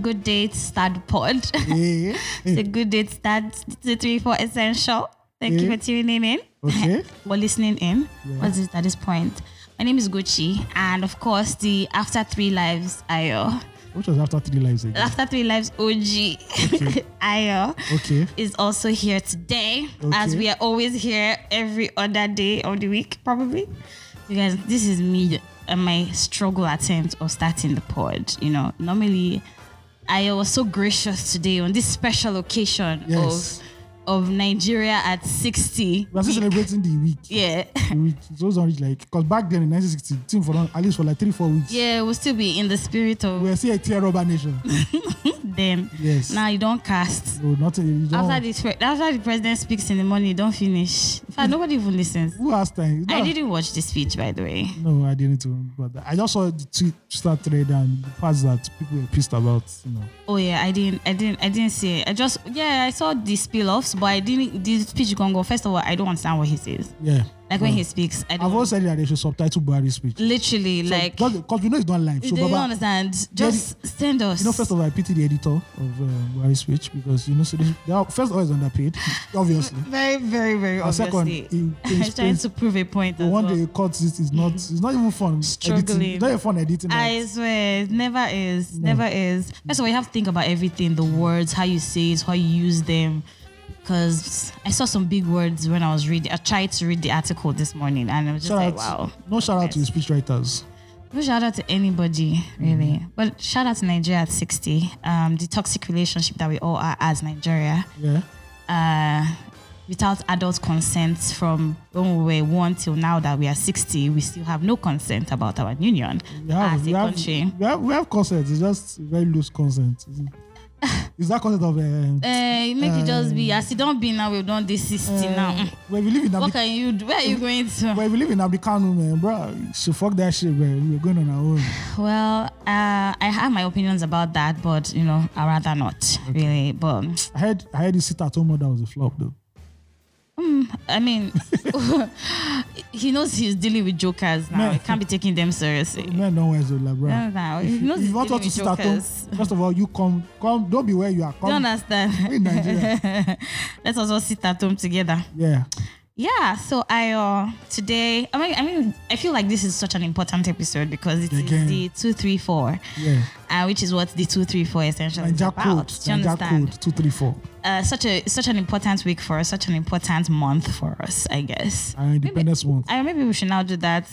good date start pod. Yeah. it's a good date start two, three, four essential. Thank you Yeah. for tuning in Okay. or listening in. What's it at this point? My name is Gucci, and of course, the After Three Lives IO. Which was after three lives again. After Three Lives OG IO Okay. is also here today, as Okay. we are always here every other day of the week, probably. You guys, this is me and my struggle attempt of starting the pod. You know, normally I was so gracious today on this special occasion Yes. of of Nigeria at 60. We are still celebrating the week. Yeah. The week. Those are like because back then in 1960, team for long, at least for like three, four weeks. Yeah, we'll still be in the spirit We of are still a tier rubber nation. them. Yes. Now you don't cast. no, nothing. You don't- After this, after the president speaks in the morning, you don't finish. In fact, nobody even listens. Who asked time? It's I not- didn't watch the speech, by the way. No, I didn't. even But I just saw the tweet start thread and the parts that people were pissed about. You know. Oh yeah, I didn't, I didn't, I didn't see it. I just, yeah, I saw the spill-offs, but I didn't. The speech gonna go. First of all, I don't understand what he says. Yeah. Like when he speaks, I Mm. I've don't. always said that they should subtitle Buhari's speech. literally, like, because we know it's not live. they So, don't Baba, understand. Just send us. you know, first of all, I pity the editor of um, Buhari's speech because you know, so this, they are, first of all, is underpaid, obviously. very, very, very And second, obviously. he- he I'm trying explains- to prove a point. The As one well. day it cuts it is not it's not even fun editing. Struggling. It's not even fun editing. I swear, it never is. Never is. First of all, you have to think about everything the words, how you say it, how you use them. Because I saw some big words when I was reading. I tried to read the article this morning and I was just shout like, out, wow. No shout out to the speech writers. No shout out to anybody, really. But shout out to Nigeria at 60. Um, the toxic relationship that we all are as Nigeria Yeah. uh, without adult consent from when we were one till now that we are 60, we still have no consent about our union We have, as we, Ah, a have, country. we have we have consent. It's just very loose consent. Is that consent of um, Eh, make it just be as e don be now we don dey sixty uh, now Mm. when um, we live in what Abdi- can you do where are you going to. when we live in Abdikanu, man, bro, she fuck that shit, man. We're going on our own. well uh, i have my opinions about that but you know i rather not okay. really but mm, I heard I heard the sit at home mother was a flop though. Mm, i mean he knows he's dealing with jokers now Man. he can't be taking them seriously. Men don't wear Zola, bro. No, no, If he you, knows if you he's want dealing us to with sit at home, jokers. first of all, you come, come, don't be where you are. Do you Come understand? in Nigeria. Let's also sit at home together. yeah. Yeah, so I uh today I mean I mean I feel like this is such an important episode because it is Again. the two three four. Yeah. uh, which is what the two three four essential is Ninja about. code. Do you Ninja understand? code. Two, three, four. Uh, such a such an important week for us, such an important month for us, I guess. Our independence month. I maybe we should now do that.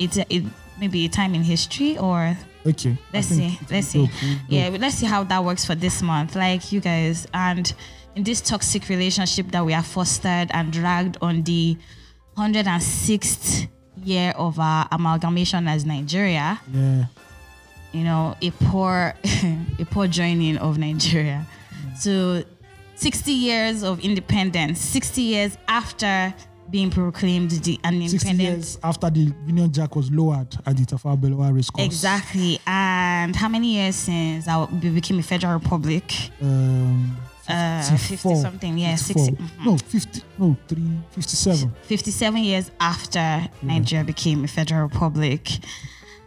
It's a- it maybe a time in history or Okay. I let's think see, it's let's see. dope, it's dope. Yeah, but let's see how that works for this month. Like you guys and in this toxic relationship that we are fostered and dragged on the 106th year of our amalgamation as Nigeria Yeah. you know, a poor a poor joining of Nigeria. So 60 years of independence, 60 years after being proclaimed the an 60 independent. years after the Union Jack was lowered at the Tafawa Balewa race course. Exactly. And how many years since our, we became a federal republic? Um, Uh, 50 something, yeah, Mm-hmm. 54. 60, No, 50, no, 3, 57. 57 years after Nigeria became a federal republic.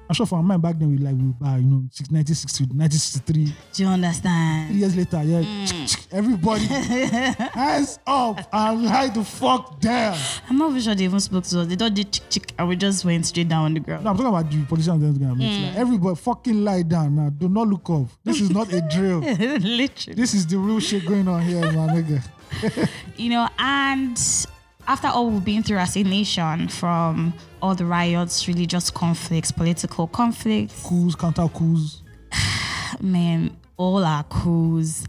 I'm sure for our mind back then, we like, we were, uh, you know, 1960, Do 1963. you Three understand? years later, yeah, Mm. everybody hands up and hide the fuck down. I'm not even sure they even spoke to us. They don't did chick chick and we just went straight down on the ground. No, I'm talking about the politicians that's gonna make. Like, everybody fucking lie down now. Do not look up. This is not a drill. Literally. This is the real shit going on here, my nigga. you know, and after all we've been through as a nation from all the riots, religious conflicts, political conflicts, Coups, counter coups. man, all our coups,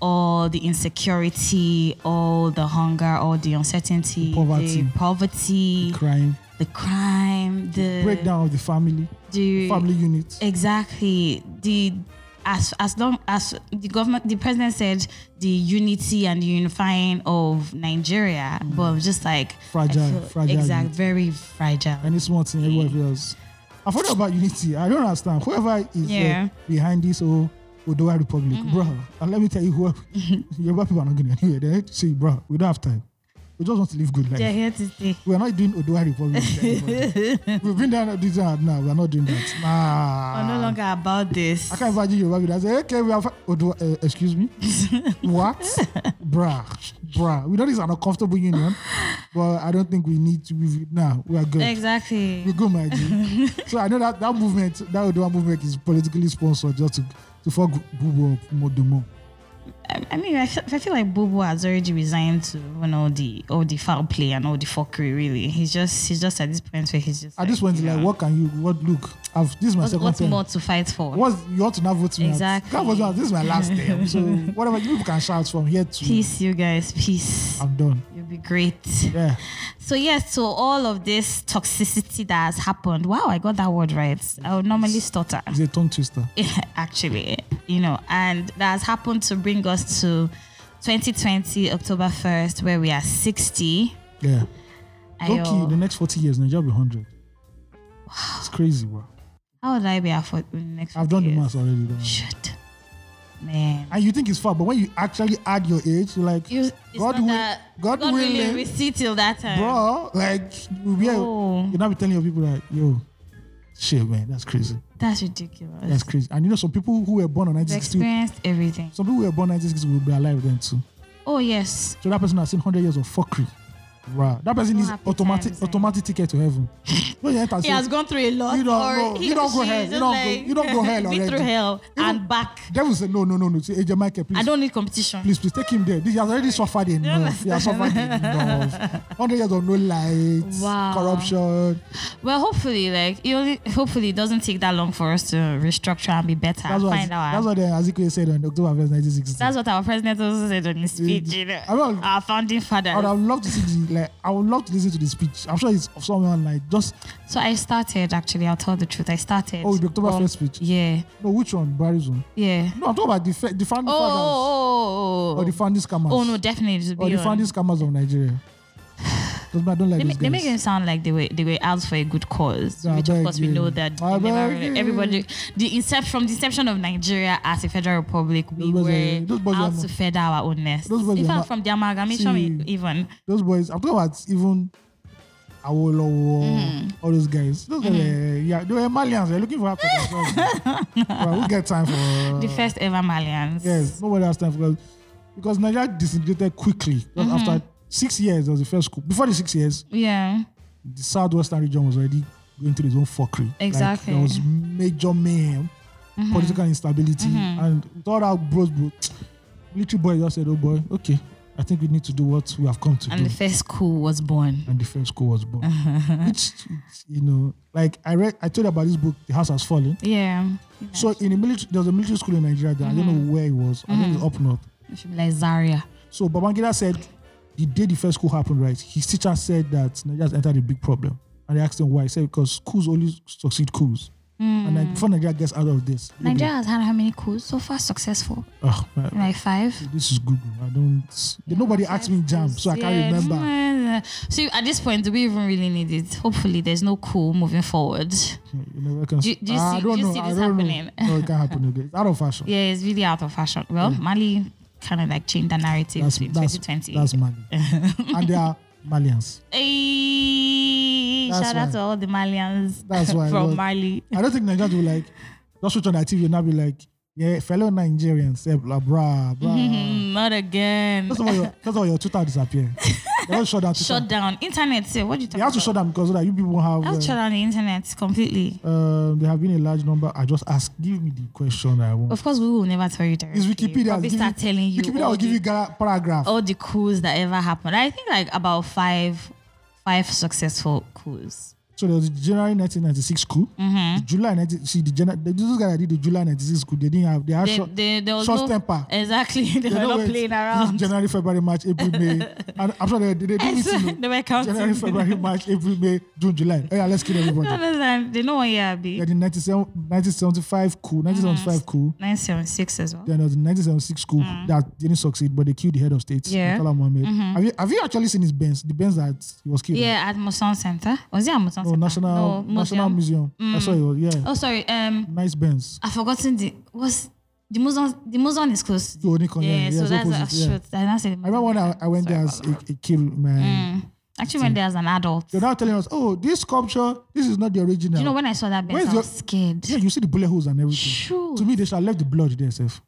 all the insecurity, all the hunger, all the uncertainty, Poverty. the, poverty, crime, the crime, the breakdown of the family, the- family unit. Exactly. The as as long as the government, the president said the unity and the unifying of Nigeria, but I'm just like I Mm. Fragile- feel- fragile exact, unity. very fragile. And it's one thing everybody feels. I forgot about unity. I don't understand. Whoever is uh, Yeah. behind this whole Odoa Republic, bro. And let me tell you, who Yoruba people are not going to hear that. See, bro, eh? we don't have time. We just want to live good life. They're here to stay. We are not doing Odua Republic. to anybody. We've been there this and now. We are not doing that. Nah. I'm no longer about this. Ah. I can't imagine Yoruba people that say, okay, we have Odua. Uh, excuse me? what? Bruh. Bruh. We know this is an uncomfortable union, but I don't think we need to. We, nah, we are good. Exactly. We go, my G. so I know that that movement, that Odua movement, is politically sponsored just to to fuck Bubu up more the more. I, I mean, I feel, I feel like Bobo has already resigned to you know the all the foul play and all the fuckery. Really, he's just he's just at this point where he's just At this like, point, it's you like, know, what can you? What look? I've this is my what- second what's term. more to fight for? What's you ought to not vote me out. Exactly. Can't vote me out. This is my last term. So whatever you people can shout from here to Peace, you guys. Peace. I'm done. You'll be great. Yeah. So yes, so all of this toxicity that has happened. Wow, I got that word right. I would normally stutter. It's a tongue twister. actually, you know, and that has happened to bring us to 2020 October 1st, where we are 60. Yeah. Ayo, Okay, the next 40 years, Nigeria will be 100. It's crazy, bro. how would I be at for the next? I've done 40 the years? math already. Don't worry. Shit, man. And you think it's far, but when you actually add your age, you're like, You, it's God not will- that, God uh, willing, willing. we see till that time. bro, like, you'll be, Oh. you'll not be telling your people, like, yo, shit, man, that's crazy. That's ridiculous. That's crazy. And you know, some people who were born on We've 1962, experienced everything. some people who were born 1960 will be alive then too. Oh yes, So that person has seen 100 years of fuckery. Wow. That person No is happy automatic times, eh? automatic ticket to heaven. when you enter, he say, has gone through a lot. You don't or go- he you don't or go she hell. is You just don't go- like, you don't go hell Been through already. hell You and don't- back. Devil say, no, no, no, no. Say, AJ Michael, please. I don't need competition. Please, please take him there. This he has already suffered enough. He has suffered enough. 100 years of no lights, Wow. corruption. Well, hopefully, like it only hopefully it doesn't take that long for us to restructure and be better. That's and what, find out. that's what the Azikwe said on October 1st, 1960. That's what our president also said on his speech. You know, I don't- our founding father. I would have loved to see the, like I would love to listen to the speech. I'm sure it's of someone like just so I started actually. I'll tell the truth. I started. oh the October from- first speech. Yeah, No, which one? Barry's one. yeah. No, I'm talking about the fa- the founding Oh, fathers oh, oh, or the founding scammers. oh, no, definitely. it will or be the on. founding scammers of Nigeria. 'Cause me, I don't like They, these ma- they guys. make it sound like they were they were out for a good cause, I which of beg course we you. know that I they never beg really- you. everybody the inception from the inception of Nigeria as a federal republic, we Those boys were are- those boys out are- to feather our own nest. those boys In are fact, not- from the amalgamation, See. even Those boys. I'm talking about even Awolowo, Mm. all those guys. Those guys, Mm-hmm. were- yeah, they were Malians. They're looking for help for themselves. well, we'll get time for uh, the first ever Malians. Yes, nobody has time for because, because Nigeria disintegrated quickly. Mm-hmm. Just After six years, there was the first coup. Before the six years, Yeah. the southwestern region was already going through its own fuckery. Exactly. Like, there was major mayhem, mm-hmm. Mm-hmm. political instability, and with all that bros, bro, military boy just said, "Oh boy, okay, I think we need to do what we have come to And do." the first coup was born. and the first school was born. Which, you know, like I read, I told you about this book, The House Has Fallen. Yeah. So in the military, there was a military school in Nigeria. That I Mm-hmm. don't know where it was. I think it's up north. It should be like Zaria. So Babangida said the day the first school happened, right? His teacher said that Nigeria's entered a big problem. And they asked him why. He said because schools only succeed coups. And like, before Nigeria gets out of this, it'll be- Mm. Nigeria has had how many coups so far successful? Ugh, man, Like five? this is Google. I don't. nobody asked me jam, so I can't Yeah, remember. man. So at this point, do we even really need it? Hopefully, there's no coup moving forward. You never can. Do- do you I see- don't do you know. see I this don't happening? know. No, it can't happen again. It's out of fashion. Yeah, it's really out of fashion. Well, Mali kind of like changed the narrative that's in that's 2020. that's Mali, and they are Malians. Ayy, That's shout out why- to all the Malians that's why I from was- Mali. I don't think Nigerians will like just switch on their TV and not be like, yeah, fellow Nigerians, eh, blah blah blah. Mm, not again. First of all, your, first of all, your Twitter disappear. They don't shut down Twitter. Shut down internet. Say, what do you they talking have to about? shut down because so that you people have. I would shut Uh, down the internet completely. um, there have been a large number. I just asked, give me the question I want. Of course, we will never tell you directly. It's Wikipedia. Probably Give you- start telling you Wikipedia all will give the- you a paragraph. all the coups that ever happened. I think like about five, five successful coups. Mm-hmm. So there was the January 1996 coup. The July 19. See the January. Those guys that did the July 96 coup, they didn't have. They had They, short, they, there was short no, temper. Exactly, they They were don't not wait. playing This is around. January, February, March, April, May. and I'm sure they, they, they didn't know. they were counting. January, February, March, April, May, June, July. Oh yeah, let's kill I everybody. understand. They know what year I be. Yeah, the 97 1975 coup, 1975 coup. Nine seven six as well. Then there was the 1976 coup that didn't succeed, but they killed the head of state, Mm-hmm. Yeah. Mm-hmm. Murtala Mohammed. Have you have you actually seen his Benz? The Benz that he was killed. in? Yeah, at Moson Center. Was it at Moson No, Center? Oh, National no, National museum. Mm. Museum. I saw it. Was, yeah, Oh, sorry. Um, nice Benz. I've forgotten the was The Muzon, the Muzon is close. So only con- yeah, Oh, yeah, so it's that's opposite, a yeah. short. I not say I remember when I, I went there as a, a kid, man. Mm. Actually, went there as an adult. They're now telling us, oh, this sculpture, this is not the original. You know, when I saw that Where's bed, I your- was scared. yeah, you see the bullet holes and everything. Shoot. To me, they should have left the blood there, self.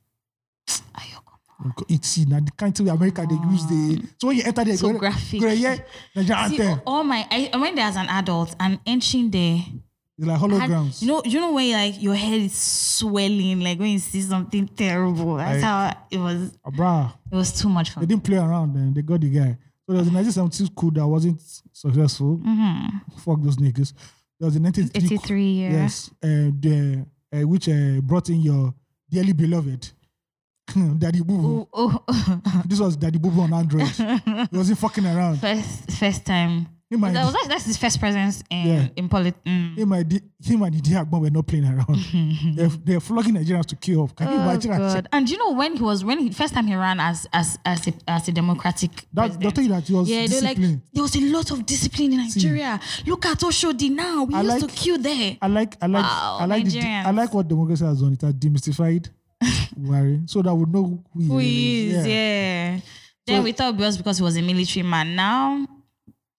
Ayoko. It's seen and the kind of America they use the so when you enter there, Mm. So go- graphic. go there, yeah, Nigerian See, anthem. all my I, I went there as an adult and entering there. It's like hollow had- grounds. you know, you know when like your head is swelling, like when you see something terrible. That's how it was. Ah, brah. It was too much for they me. didn't play around then they got the guy. So there was a 1972 coup that wasn't successful. Mm-hmm. Fuck those niggas. There was a 1983 coup- 83 year. Yes, uh, the uh, which uh, brought in your dearly beloved Daddy Boo. Oh, oh, This was Daddy Boo on Android. he wasn't fucking around. first first time. He might- That was like, that's his first presence in Yeah. in politics. Mm. Him and the- him and Idi Agbon were not playing around. they're, they're flogging Nigerians to kill off. Can you Oh, imagine? God. And you know when he was when he first time he ran as as as a, as a democratic That, president. they'll tell you that he was yeah, they're like disciplined. there was a lot of discipline in Nigeria. Look at Oshodi now. We I used like- to queue there. I like, I like, Wow, I like, the, de- I Nigerians. like what democracy has done. It has demystified worry, so that we know who he Who is. is, yeah. Then So- we thought it was because he was a military man. Now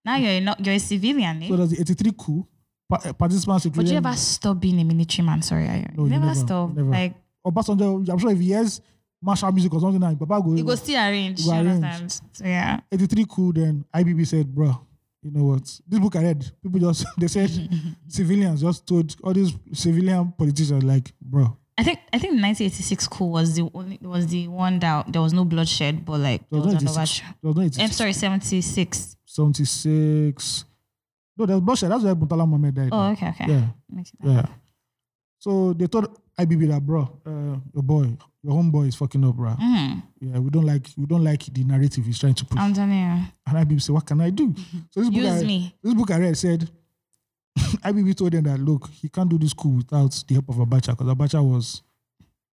now you're not you're a civilian, eh? So there's the 83 coup. Pa- uh, participants Would including you ever stop being a military man? Sorry, I No, you never, never, stop. never. Like Obasanjo. I'm sure if he hears martial music or something like Baba go. it goes still arrange. Go You arrange. understand? So yeah. 83 coup then IBB said, bro, you know what? This book I read, people just they said civilians just told all these civilian politicians like, bro, I think I think the 1986 coup was the only was the one that there was no bloodshed, but like there there was was no an 86, overture. there was no I'm 86, sorry, 76. 76. No, there's bullshit. That's where Mutala Mohammed died. Oh, okay, okay. Yeah, Makes sense. yeah. So they told IBB that, bro, uh, your boy, your homeboy is fucking up, bro. Mm, Yeah, we don't like, we don't like the narrative he's trying to push. I'm telling you. And IBB said, What can I do? So this book, Um, Use I, me. this book I read said, IBB told them that, look, he can't do this coup without the help of Abacha because Abacha was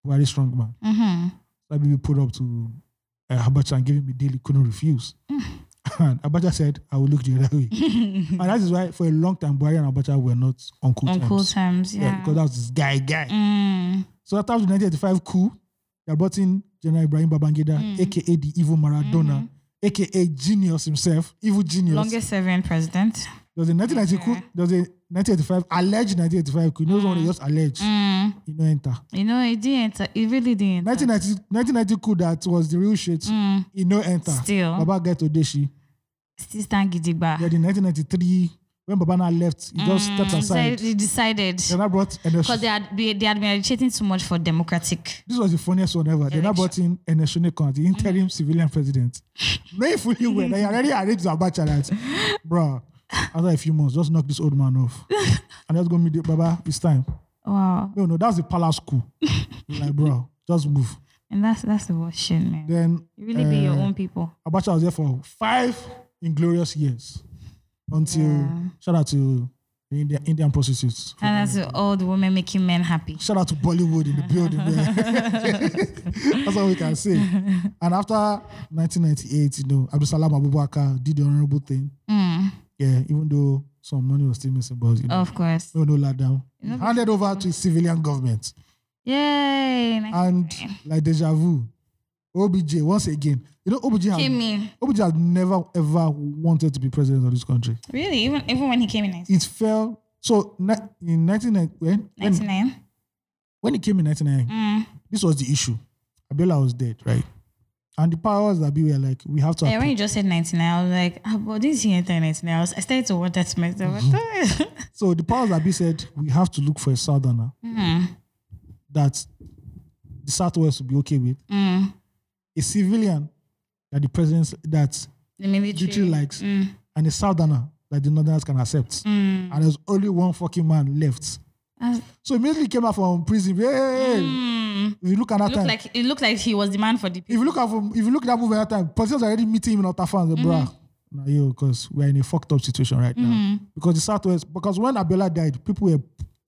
a very strong man. Mm-hmm. IBB put up to uh, Abacha and gave him a deal he couldn't refuse. and Abacha said, I will look the other way. and that is why for a long time, Buhari and Abacha were not on cool On terms. cool terms, yeah. yeah. because that was this guy, guy. Mm, So after the 1985 coup, they brought in General Ibrahim Babangida, Mm. aka the evil Maradona, aka genius himself, evil genius. Mm-hmm. longest serving president. There was a 1990 Mm-hmm. coup, there was a 1985, alleged 1985 coup. You know, mm. one just alleged, Mm, you know, enter. you know, it didn't. It really didn't. 1990, 1990 coup that was the real shit, Mm, you know, enter. Still. Baba get Odeshi. still stand gidigba. There was in 1993, when Baba now left, he just stepped Mm, so aside. they decided Then I brought because Enes. they had be- they had been agitating too much for democratic. This was the funniest one ever. Then I brought in Enes Shonekan, the interim Mm. civilian president. Knowing fully well that he already arranged Abacha that, bro, after a few months, just knock this old man off. and let's go meet the- Baba, it's time. Wow, No, no, that's the palace coup. like, bro, just move. and that's that's the worst shit, man. Then You really be Uh, your own people. Abacha was there for five inglorious years until shout out to the Indian, Indian prostitutes. And that's the old woman making men happy. Shout out to Bollywood in the building. there. That's all we can say. And after 1998, you know, Abdul Salam Abubakar did the honorable thing. Mm, Yeah, even though some money was still missing, but you know, of course. no, no, let down. Handed over to civilian government. Yay! nice. and like deja vu. OBJ once again. You know OBJ Came has, in. OBJ has never ever wanted to be president of this country. Really, even even when he came in It fell. So ni- in 1990 when, when 1999. when he came in 1999, Mm. this was the issue. Abiola was dead, right? And the powers that be were like, we have to. Yeah, when you just said 99, I was like, ah, but didn't he enter 99? I, was, I started to want that to myself. appoint- So the powers that be said we have to look for a southerner mm, that the southwest will be okay with, mm, a civilian that the president that the military. literally likes, Mm, and a southerner that the northerners can accept. mm. and there's only one fucking man left. I was- So immediately he came out from prison. Hey, mm. if you look at that It time, looked like it looked like he was the man for the if people. you look at from, if you look at that movie at that time, politicians are already meeting him in Otafan. mm Mm-hmm. Bruh, nah, yo, because we're in a fucked up situation right now. Because the Southwest, because when Abiola died, people were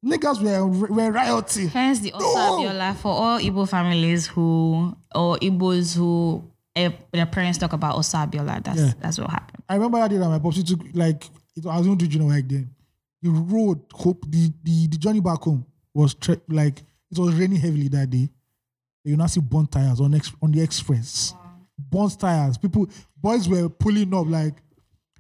niggas were were rioting. Hence the also No! Abiola for all Igbo families who or Igbos who eh, their parents talk about also Abiola. That's Yeah. that's what happened. I remember that day that my pops took like it, I was going to junior high then. The road hope the the, the journey back home was tre- like it was raining heavily that day. you now see burnt tires on ex- on the express. Burnt tires. People, boys were pulling up like.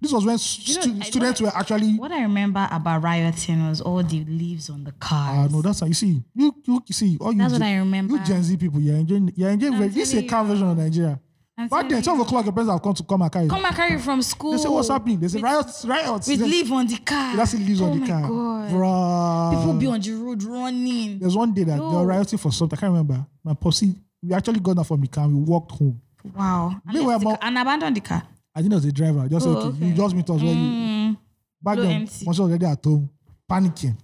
This was when You know, stu- I- students were actually. What I remember about rioting was all the leaves on the Ah, cars. no, that's how you see. You, you, you see. All you That's what Gen- I remember. You Gen Z people, you're enjoying. You're enjoying. I'm very- This is a telling calm you. version of Nigeria. I'm Back then, telling 12 o'clock, your parents have come to come and carry. Come and carry from school. They say, What's happening? They say, Riots, riots. With They- leaf on the car. That's it, leaves oh on the my car. God. Bruh. People be on the road running. There's one day that they No. were rioting for something. I can't remember. My posse, we actually got down from the car. We walked home. Wow. And, Meanwhile, left the mo- car- and abandon the car. I think there was a driver. I just Oh, said, okay, okay. you just meet us where you. Mm, Back Blow then, empty. Moshe was already at home, panicking.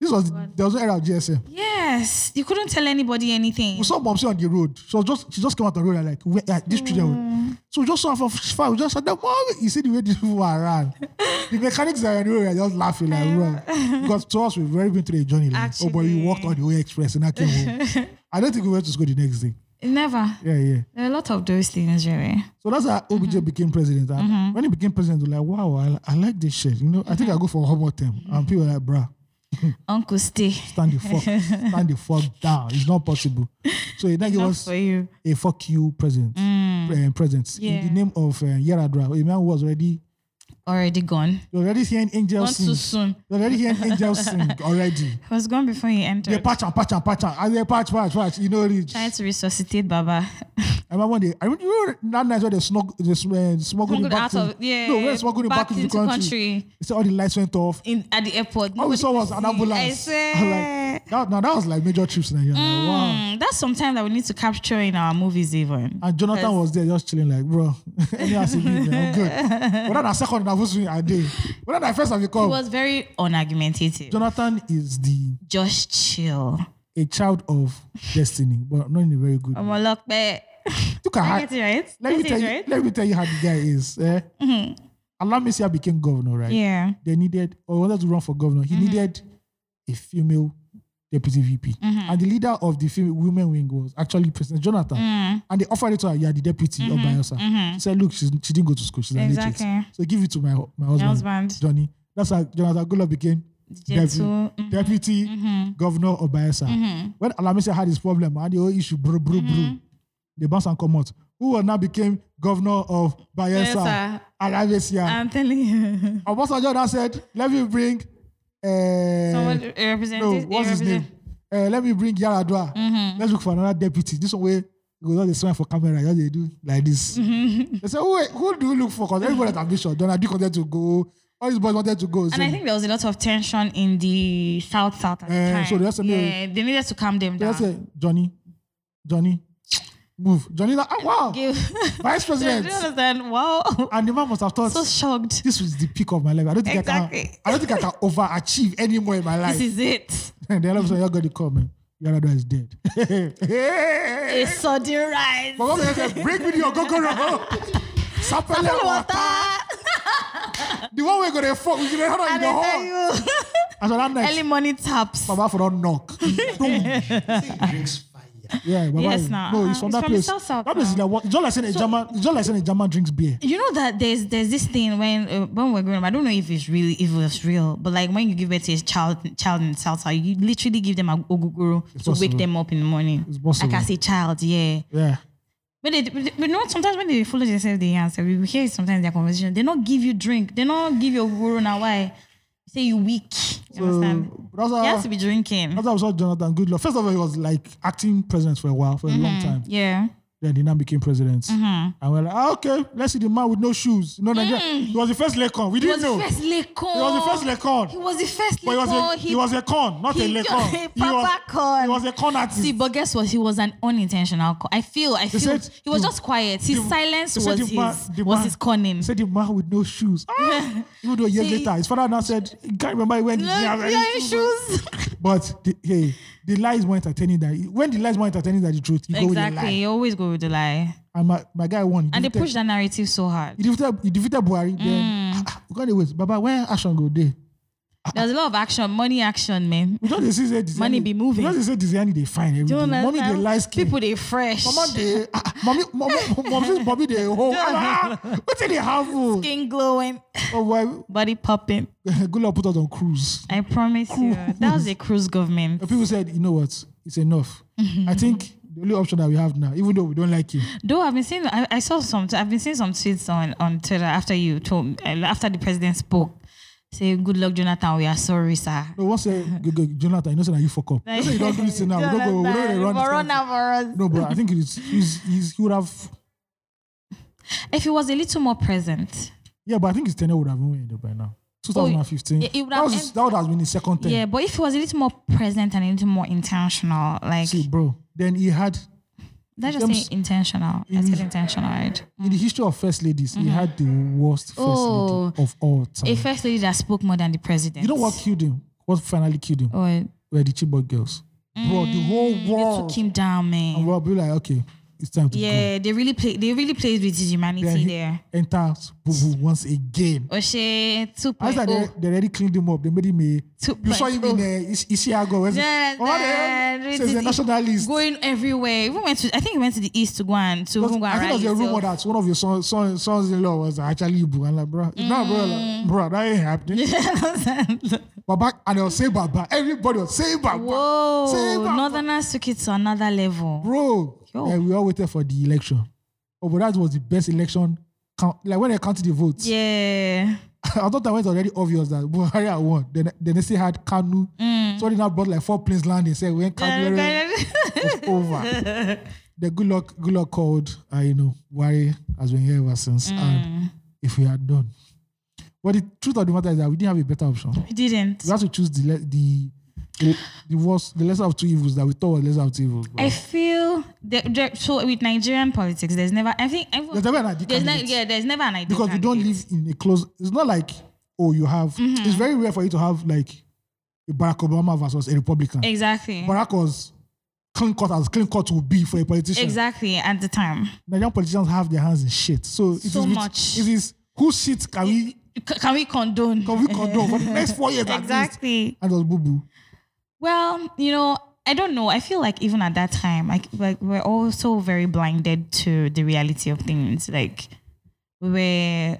This was there was no era of GSM. yes. You couldn't tell anybody anything. We saw Momsi on the road. She was just she just came out on the road and like where, uh, these children. Mm. Were. So we just saw her from far. We just said, "Mom, you see the way these people are around." the mechanics are everywhere just laughing like, bro. because to us we've already been through a journey. Like, oh, but we Actually. walked on the way express and I came home. I don't think we went to school the next day. Never. Yeah, yeah. There are a lot of those things, really. So that's how OBJ Mm-hmm. became president. And When he became president, we were like, wow, I, I like this shit. You know, I think I go for a hobble term. And people were like, bruh, Uncle Stay. stand the fuck, stand the fuck down. It's not possible. So he then gave Not us for you. a fuck you president. Uh, president. Mm. In Yeah. the name of uh, Yaradra, a man who was already Already gone. you're already hearing Gone angels too sing. soon. You're already hearing angels sing already. He was gone before he They entered. patch and patch and patch and and they patch, patch, patch. You know, reach. Trying to resuscitate Baba. I remember one day, I remember you know that night when they smuggled, they sm- uh, smuggled Smuggled him back out to, of yeah. no, when they smuggled him back, into the country. They said all the lights went off. in at the airport. All nobody we saw could was an see. I ambulance. say, I'm like, that, now that was like major trips in Nigeria. Like, wow. mm, that's something that we need to capture in our movies, even. And Jonathan was there just chilling, like, bro, any as you need, I'm good. Whether that second and was a day, whether that first have you He come, was very unargumentative. Jonathan is the Just chill. a child of destiny, but not in a very good. way. Omolokpe. Look Oh at I her. get it right. Let me Get it tell you. right? Mm-hmm. Let me tell you how the guy is. Eh? Allah Messiah became governor, right? Yeah. Mm-hmm. They needed or wanted to run for governor. He needed a female deputy VP, Mm-hmm. and the leader of the female women wing was actually President Jonathan. Mm. And they offered it to her. Yeah, the deputy of Bayelsa. She said, "Look, she's, she didn't go to school. She's an Mm-hmm. Exactly. idiot. So give it to my my husband, husband. Johnny." That's how Jonathan Goodluck became Gentle. deputy, Mhm. deputy governor of Bayelsa. Mm-hmm. When Alamisa had his problem and the whole issue, bro, bro, Mm-hmm. bro, the bounce and come out. Who will now became governor of Bayelsa? Bayelsa. Alamisa. I'm telling you. Um, Obasanjo Jordan said, let me bring, uh, Someone represented. no, what's his name? Uh, let me bring Yaradua. Mm-hmm. Let's look for another deputy. This one way, because all they smile for camera, all they do like this. Mm-hmm. They said, who, who do you look for? Because everybody had ambition. Donald Duke wanted to go. All these boys wanted to go. And I think there was a lot of tension in the South South at the Eh, time. so that's the name. yeah, they needed to calm them I down. said, Johnny, Johnny, move. Johnny, like, ah, wow, Give- vice Do you president. understand? Wow. And the man must have thought, so shocked. this was the peak of my life. I don't think I can. Exactly. I don't think I can overachieve any more in my life. This is it. and then all of a sudden, you're going to come, man. Yaradua is dead. A hey, sudden rise. but what said, bring me your gogoro. Sapele water. The one we're going to fuck, we're going to have I in the tell hall. you. And so that Early night, money taps. Baba for not knock. drinks fire. Yeah, Baba. Yes, is- nah, No, uh-uh. it's from It's that from the place. south, south That place is now. like, what- it's just like saying a German, it's just like saying a German drinks beer. You know that there's there's this thing when uh, when we're growing up, I don't know if it's really if it's real, but like when you give birth to a child child in South South, you literally give them a oguguru to possible. wake them up in the morning. It's possible. Like as a child, yeah. Yeah. But they, but you know, sometimes when they follow themselves, they answer. We hear it sometimes in their conversation. They don't give you drink. They don't give you oguguru now. Why? They say you weak. You understand? So, uh, that's how, You have to be drinking. that's how we saw Jonathan Goodluck. First of all, he was like acting president for a while, for a Mm-hmm. long time. Yeah. Then he now became president. Mm-hmm. And we're like, ah, okay, let's see the man with no shoes. No, Nigeria. He was the first lecon. We Mm. He didn't was know. the first Lekon. He was the first He was the first lecon. But he was, Lekon. a, he was a con, not he- a lecon. a He was, proper con. he was a con artist. See, but guess what? He was an unintentional. Co- I feel, I feel said he was the- just quiet. His the- silence they said was the his man- the was man- his conning. He said the man with no shoes. Ah! Even though years See- later, his father now said, he can't remember when he Look, didn't have any yeah, shoes. shoes. But the, hey, the lie is more entertaining than when the lie is more entertaining than the truth. You go with the exactly. lie. You always go with the lie, And my, my guy won. He and they defeated- push that narrative so hard. He defeated, he defeated Buhari. Mm. Then, ah, ah, we can't wait. Baba, when action go there? There's a lot of action, money action, man. We don't dey see say Money be moving. Because they say Diziani they fine everything. You Money they understand? light skin. People they fresh. Mama they ah, ah, mommy mommy mom says Bobby they home. Ah, ah, what they have? oh? Skin glowing, Oh well, body popping. good luck put us on cruise. I promise you, that was a cruise government. And people said, you know what? It's enough. I think the only option that we have now, even though we don't like him. Though I've been seeing, I, I saw some. I've been seeing some tweets on on Twitter after you told, eh, after the president spoke, say, "Good luck, Jonathan. We are sorry, sir." No, one say, "Go- go- Jonathan, you know, say that you fuck up. You say you don't do this now. We don't go, we don't go run. this country." Corona virus. No, but I think it's, he's, he's, he would have, If he was a little more present, yeah, but I think his tenure would have been ended by now. 2015. Oh, yeah, it would that, have was, his- end- that would have been his second term. yeah. But if he was a little more present and a little more intentional, like See, bro, then he had let's just in terms- say intentional. Let's Mm. get intentional, right? in the history of first ladies, he had the worst first Mm. Mm-hmm. Oh. lady of all time. A first lady that spoke more than the president. you know what killed him? What finally killed him? Or Were the Chibok girls, bro? The whole Oh. Mm, they world. took him down, And man. we'll be like, okay, it's time to Yeah, they really play. They really played with his go. humanity Then he there. enters Boo Boo once again. Oshe As like 2.0. they, they already cleaned him up. They made him a. Two You saw him in point uh, oh. Is- Isiago. where's- Jonathan, Oh, what the hell? Says the it- nationalist. going everywhere. Even went to, I think he went to the east to go and to Because even go and I think rally there's a rumor himself. that one of your son, son, sons-in-law was actually Ibu. I'm like, bro, no, bro, Mm. like, bro, that ain't happening. Baba, and they'll say Baba. Everybody will say Baba. Say Whoa, Baba. Northerners took it to another level. bro. Yo. Like, we all waited for the election. Oh, but that was the best election. Count, like when they counted the votes, Yeah. I thought that was already obvious that Buhari had won. Then, then they still had Kanu. Mm. So they now brought like four planes land. They said when Kanu was over, the good luck, good luck called. Uh, you know, Buhari has been here ever Mm. since. And if we had done, but the truth of the matter is that we didn't have a better option. He didn't. We had to choose the le- the the, the worst, the lesser of two evils that we thought was lesser of two evils. I feel that, that- so with Nigerian politics, there's never. I think everyone, There's never an ideal there's ne- candidate. yeah, there's never an idea because you don't candidate. live in a close. It's not like oh you have. Mm-hmm. It's very rare for you to have like a Barack Obama versus a Republican. exactly, Barack was clean cut as clean cut would be for a politician. exactly at the time. Nigerian politicians have their hands in shit. So it is So which- much. It is who shit can we C- can we condone? can we condone for the next four years at least? exactly. And it was boo boo. Well, you know, I don't know. I feel like even at that time, like like we're also very blinded to the reality of things. Like we were,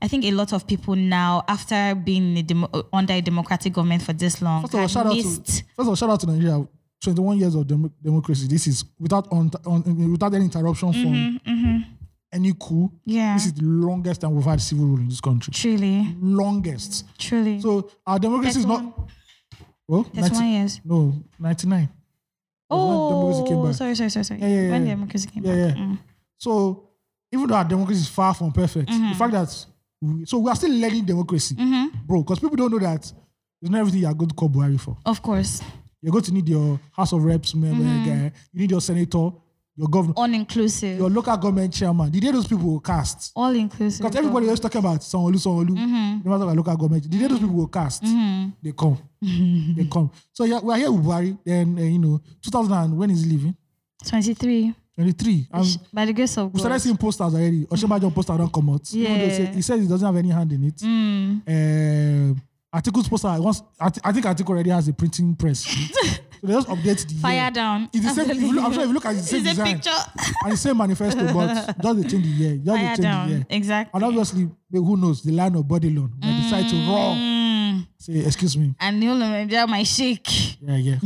I think a lot of people now, after being in a demo, under a democratic government for this long, First of all, had shout out to missed. first of all, shout out to Nigeria. 21 years of dem- democracy. This is without on, on, without any interruption Mm-hmm. from any coup. yeah, This is the longest time we've had civil rule in this country. truly, Longest. truly. So our democracy is not. Well, That's 90 one years. no, 99. democracy came Oh, back. sorry, sorry, sorry, sorry. Yeah, yeah, When yeah. democracy came Yeah, back. yeah. Mm. So even though our democracy is far from perfect, Mm-hmm. the fact that we, so we are still learning democracy, bro, because people don't know that it's not everything you are going to call Buhari for. Of course, You're going to need your House of Reps member guy. You need your senator, your governor, all-inclusive, your local government chairman. The day those people will cast, all-inclusive. because everybody else talking about Sanolu, Sanolu, no matter what local government, the day those people will cast, Mm-hmm. they come, they come. So yeah, we are here with Buhari. Then uh, you know, 2000 and when is he leaving? Twenty-three. 23. And By the grace of Um, we started God. seeing posters already. Oshibajo poster don't come out. Even though he said- Yeah. he says he doesn't have any hand in it. Hmm. Um, Article's poster, once, I, thi- I think Article already has a printing press. so they just update the. Fire year. down. It's the same. If you look, I'm sure if you look at it, it's the same It's a design picture. and the same manifesto, but just they change the year. Just they Fire change down. the year. Exactly. And obviously, who knows, the line of body loan. They decide to roar. Mm. Say, excuse me. And you'll enjoy my shake. Yeah, yeah.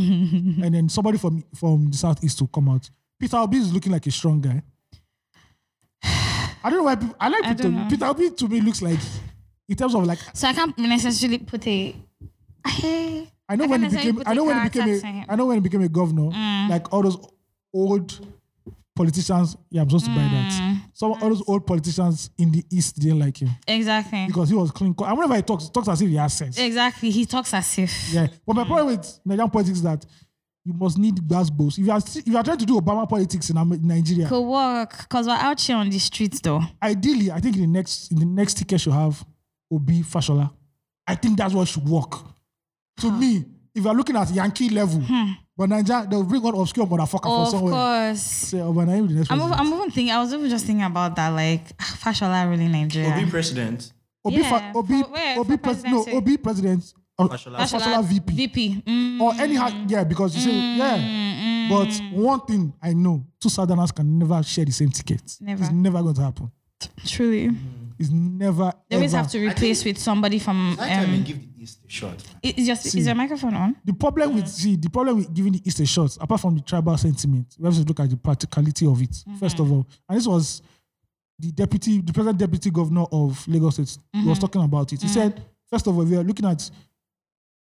and then somebody from from the southeast will come out. Peter Obi is looking like a strong guy. I don't know why people, I like I Peter don't Obi. know. Peter Obi to me looks like in terms of like So I can't necessarily put a. Hey. I know I when can he necessarily became put I a know when he character became to a him. I know when he became a governor, Mm. like all those old politicians. Yeah, I'm supposed to buy Mm. that. Some all those old politicians in the east didn't like him Exactly. because he was clean. cut. And whenever he talks, he talks as if he has sense. Exactly. He talks as if. Yeah. But Mm. my problem with Nigerian politics is that you must need glassbows. If you are sti- if you are trying to do Obama politics in Am- Nigeria, Could work because we're out here on the streets though. ideally, I think in the next in the next ticket you have will be Fashola. I think that's what should work. To me, if you're looking at Yankee level, but Nigeria, they'll bring one obscure motherfucker from Hmm. Of somewhere. course. Say, Obana, you the next I'm, over, president. I'm even thinking, I was even just thinking about that, like, ah, Fashola ruling Obi Oh, Nigeria. president. Obi, fa- yeah, Obi, for where? Obi, For pres- no, presidency. Obi president, uh, Fashola. Fashola, VP. VP. Mm. Or anyhow, yeah, because you say, Hmm. yeah. But one thing I know, two Southerners can never share the same ticket. Never. It's never going to happen. Truly. It's never. They always ever. have to replace with somebody from. That time um, they give the East a shot. man. It- It's just See. is your microphone on? The problem with see, the problem with giving the East a shot, apart from the tribal sentiment, we have to look at the practicality of it. Mm-hmm. First of all, and this was the deputy, the present deputy governor of Lagos State was Mm-hmm. talking about it. He said, first of all, we are looking at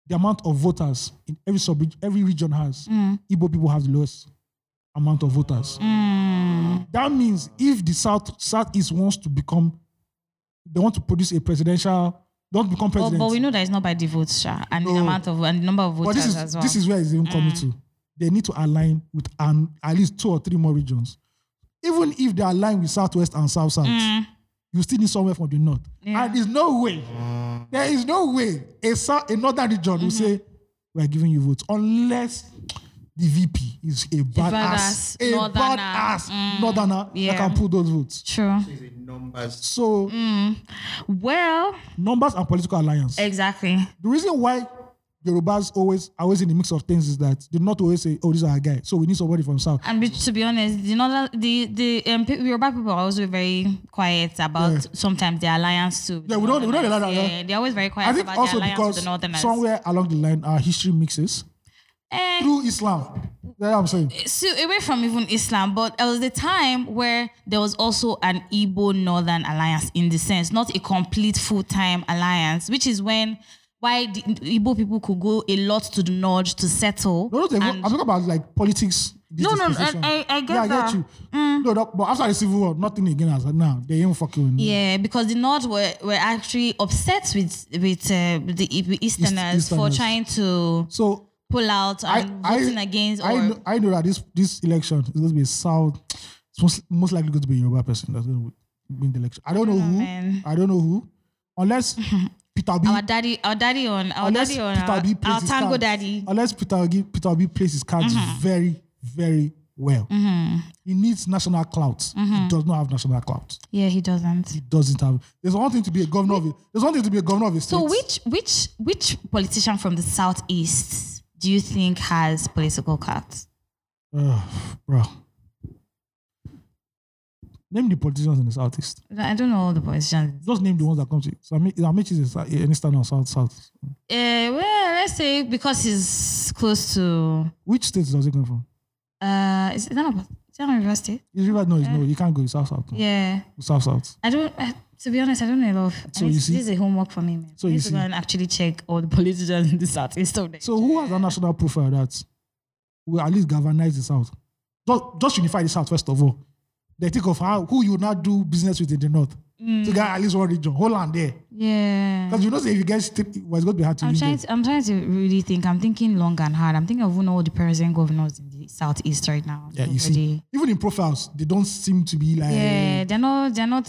the amount of voters in every sub every region has. Mm. Igbo people have the lowest amount of voters. Mm. That means if the South Southeast wants to become, they want to produce a presidential, they want to become But, president. but we know that it's not by the votes, sha, and the No. amount of and the number of But voters this is as well. Mm. this is where it's even coming to. They need to align with an, at least two or three more regions. Even if they align with Southwest and South South, you still need somewhere from the North. Mm. Yeah. And there's no way, there is no way a South, another region will Mm-hmm. say we're giving you votes unless the VP is a badass badass, a northerner. Mm. badass northerner that Yeah. Mm. can pull those votes. True. It's a numbers. So Well, numbers and political alliance. exactly. the reason why Yorubas always are always in the mix of things is that they not always say, "Oh, these are our guy," so we need somebody from south. And be- to be honest, the northern, the the um, pe- Yoruba people are also very quiet about Yeah. sometimes their alliance too. Yeah, we don't- we don't allow that, Yeah, yeah. they're always very quiet I think about also their alliance with because the northerners. somewhere along the line our history mixes Eh, through Islam. That's what I'm saying. so away from even Islam, but there was a time where there was also an Igbo Northern Alliance in the sense, not a complete full time alliance, which is when why the Igbo people could go a lot to the north to settle. No, no, they- I'm and- talking about like politics. this No, no, I- dispensation. I- I get yeah, I get that. Mm. you. No, no, but after the civil war, nothing again as now. They ain't fucking with me. yeah, because the North were, were actually upset with with uh, the Easterners, for Easterners. trying to So pull out I, and I, voting against or I, know, I know that this this election is going to be a south. It's most, most likely going to be a Yoruba person that's going to win the election. I don't know who. man. I don't know who, unless Peter B. our daddy, our daddy on our unless daddy on Peter our, B plays our his tango cards, daddy. Mm-hmm. Unless Peter B, Peter B plays his cards very, very well. He needs national clout. Mm-hmm. He does not have national clout. Yeah, he doesn't. He doesn't have. There's one thing to be a governor of. A, there's one thing to be a governor of a state. So which which which politician from the southeast do you think has political clout? Ugh, bro. Name the politicians in the southeast. I don't know all the politicians. Just name the ones that come to. So I mean, is uh, a- an eastern or south south. Uh, well, let's say because he's close to Which state does it come from? uh, is it not about is it not Rivers State? It's river. No, it's no. You can't go. It's south south. Uh, Yeah, South south. I don't. I, to be honest, I don't know. a lot Of, So I need you to- see- this is a homework for me, man. So I need you to go see- and actually check all the politicians in the southeast of the So who has a national profile that will at least galvanize the South? Just, just unify the South first of all. They think of how who you now do business with in the North Mm. to get at least one region, Holland there. yeah. Because you know, say if you get strip, well, it's going to be hard to I'm win trying. there. To, I'm trying to really think. I'm thinking long and hard. I'm thinking of even all the present governors in the southeast right now. Yeah, you Nobody- see, even in profiles, they don't seem to be like Yeah, they're not. They're not.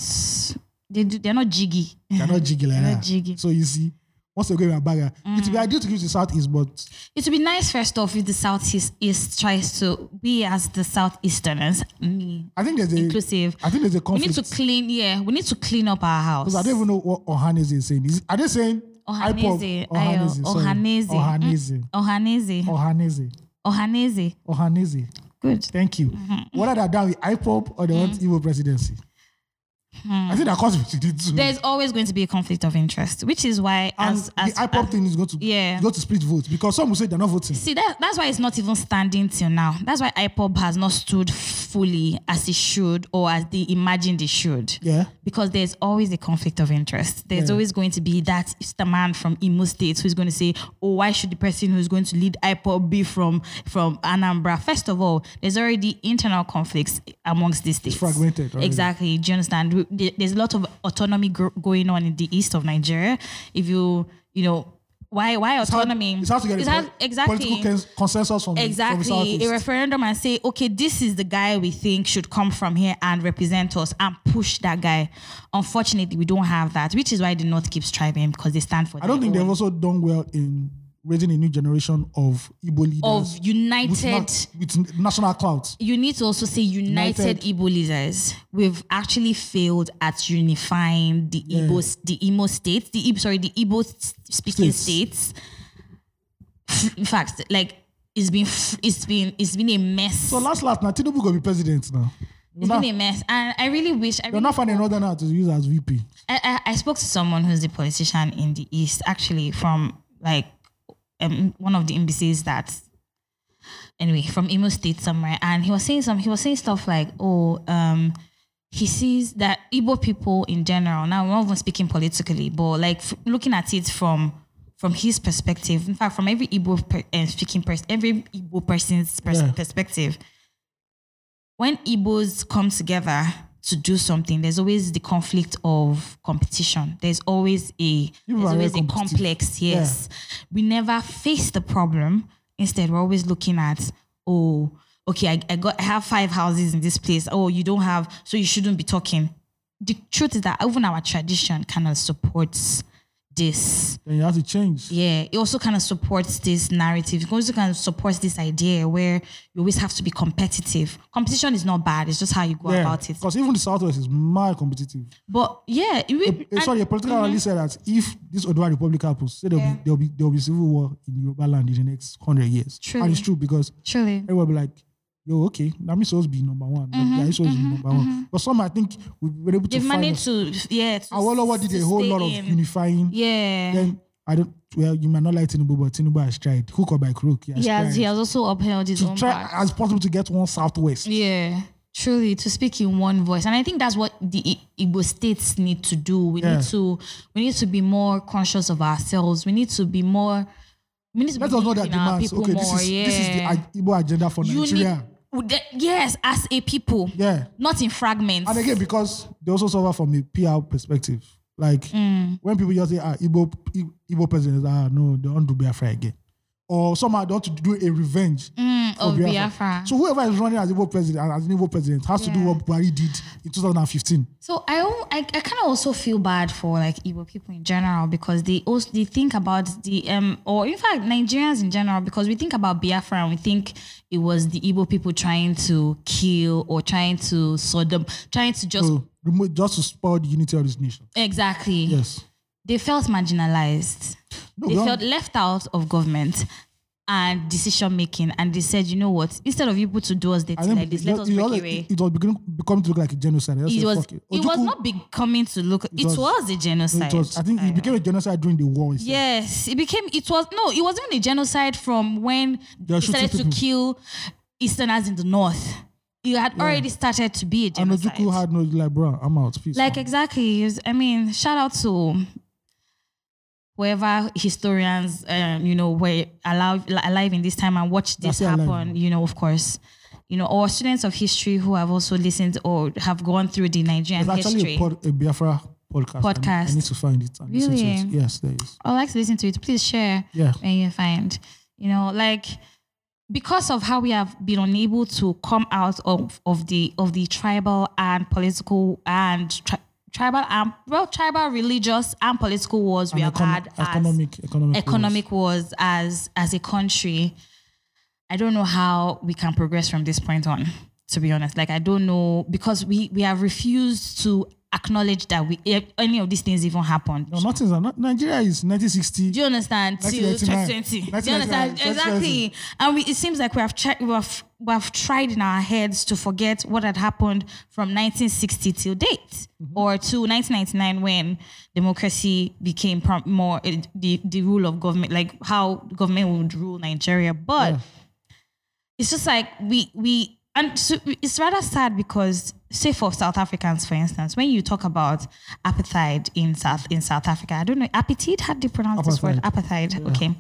They do, they're not jiggy. they're not jiggy like They're not Mm. that. jiggy. So you see, once they go in a bagger, it will be ideal to give to the Southeast, but It would be nice first off if the southeast east tries to be as the southeasterners, me I think there's a inclusive. I think there's a We conflict. need to clean. Yeah, we need to clean up our house. Because I don't even know what Ohanese is saying. Is, are they saying Ohanese, IPOB? Ohanese? Ayo, sorry. Ohanese. Ohanese. Ohanese. Ohanese. Ohanese. Ohanese. Good. Thank you. Mm-hmm. Whether they're down with IPOP or they Mm. want Igbo presidency. I think that comes between the two. Hmm. There's always going to be a conflict of interest, which is why and as as the IPOP thing is going to yeah. is going to split votes because some will say they're not voting. See, that, that's why it's not even standing till now. That's why IPOB has not stood fully as it should or as they imagined it should. Yeah. Because there's always a conflict of interest. There's Yeah. always going to be that it's the man from Imo State who's going to say, oh, why should the person who's going to lead IPOB be from, from Anambra? First of all, there's already internal conflicts amongst these states. fragmented already. Exactly. Do you understand? We- there- There's a lot of autonomy gro- going on in the east of Nigeria. If you, you know, why, why It's hard- autonomy? It's hard to get a hard- pol- exactly political cons- consensus from exactly From the a Southeast. referendum and say okay this is the guy we think should come from here and represent us and push that guy unfortunately we don't have that which is why the north keeps striving because they stand for I don't their think they've own. also done well in raising a new generation of Igbo leaders of with, united na- with national clout. you need to also say united, Igbo leaders. We've actually failed at unifying the Igbo, the Imo states, the Ib- sorry, the Igbo s- speaking states. States. F- In fact, like it's been, f- it's been, it's been a mess. So last last now Tinubu gonna be president now. It's been a mess, and I really wish. I You're really not finding another now to use as VP. I, I, I spoke to someone who's a politician in the East, actually, from like um, one of the embassies that, anyway, from Imo State somewhere, and he was saying some, he was saying stuff like, oh, um, he sees that Igbo people in general. Now, we're not even speaking politically, but like f- looking at it from from his perspective. In fact, from every Igbo per, uh, speaking person, every Igbo person's pers- Yeah. perspective, when Igbos come together to do something, there's always the conflict of competition. There's always a People there's are very always a competitive. complex. Yeah. Yes, we never face the problem. Instead, we're always looking at oh, okay, I, I got I have five houses in this place. Oh, you don't have, so you shouldn't be talking. The truth is that even our tradition kind of supports this Then you have to change. yeah, it also kind of supports this narrative. It also kind of supports this idea where you always have to be competitive. Competition is not bad; it's just how you go about it. Because even the Southwest is mad competitive. But yeah, it will- Eh, Sorry, a political mm-hmm. analyst said that if this Oduwa Republic happens, say there'll, be, there'll, be, there'll be civil war in Yoruba land in the next 100 years. True. And it's true because truly, everyone will be like, yo, okay, Nami So's be number one. Yeah, hmm be number one. But some, I think, we were able to Mm-hmm, they've find managed to yeah. To, Awolowo did to a whole stay lot of in. unifying. yeah. Then, Eh, I don't, well, you might not like Tinubu, but Tinubu has tried. Hook or by crook. He has he has he tried has also upheld his to own try part. as possible to get one Southwest. Yeah, truly, to speak in one voice, and I think that's what the I- Igbo states need to do. We Yeah. need to we need to be more conscious of ourselves. We need to be more. We need to Let be us know that thinking our demands. people Okay, more. this is, yeah. this is the ag- Igbo agenda for you need Nigeria. with the- yes as a people Yeah. not in fragments And again, because they also suffer from a PR perspective. Like Mm. when people just say, ah, Igbo, I- Igbo presidents, ah, no, they don't do Biafra again. Or somehow they want to do a revenge Mm, for of biafra so, So whoever is running as Igbo president, as an Igbo president, has to do Yeah. what Buhari did in 2015. I, al- I i kind of also feel bad for like Igbo people in general because they also they think about the um or in fact nigerians in general because we think about biafra and we think it was the Igbo people trying to kill or trying to sodom trying to just So remo- just to spoil the unity of this nation. exactly Yes. they felt marginalized No, they we don't- felt left out of government and decision making, and they said, you know what? Instead of you people to do us dirty like this, it- let us it, break was- away. it- it was beginning, becoming to look like a genocide. I just it said, was "Fuck it, it." was Ojukwu- not becoming to look it, was- was, a genocide It was, I think it became a genocide during the war. itself. yes it became it was no it wasn't a genocide from when they were started shooting to kill easterners in the north it had already started to be a And genocide Ojuku had no, like, bro, I'm out. Peace. like man." exactly It's- i mean shout out to whoever historians um, you know were alive alive in this time and watched this They're still happen alive. you know of course you know or students of history who have also listened or have gone through the nigerian There's actually history a, pod, a Biafra podcast. I need- I Podcast. need to find it. and listen to Really? it. Yes, there is. I would like to listen to it. Please share Yeah. when you find, you know, like because of how we have been unable to come out of, of the of the tribal and political and tri- tribal and well tribal religious and political wars we And have econo- had as economic, economic, economic wars as as a country. I don't know how we can progress from this point on. To be honest, like I don't know because we we have refused to acknowledge that we any of these things even happened. wars. No, nothing's not. Nigeria is 1960. Do you understand? Till 1999. 2020. Do you understand? 1999, Exactly. And we, it seems like we have tried, we have, we have tried in our heads to forget what had happened from 1960 till date, or to 1999 when democracy became prom- more eh, the the rule of government, like how government would rule Nigeria. But it's just like we we and so it's rather sad because say for South Africans for instance when you talk about apartheid in South in South Africa I don't know apartheid how do you pronounce this word apartheid okay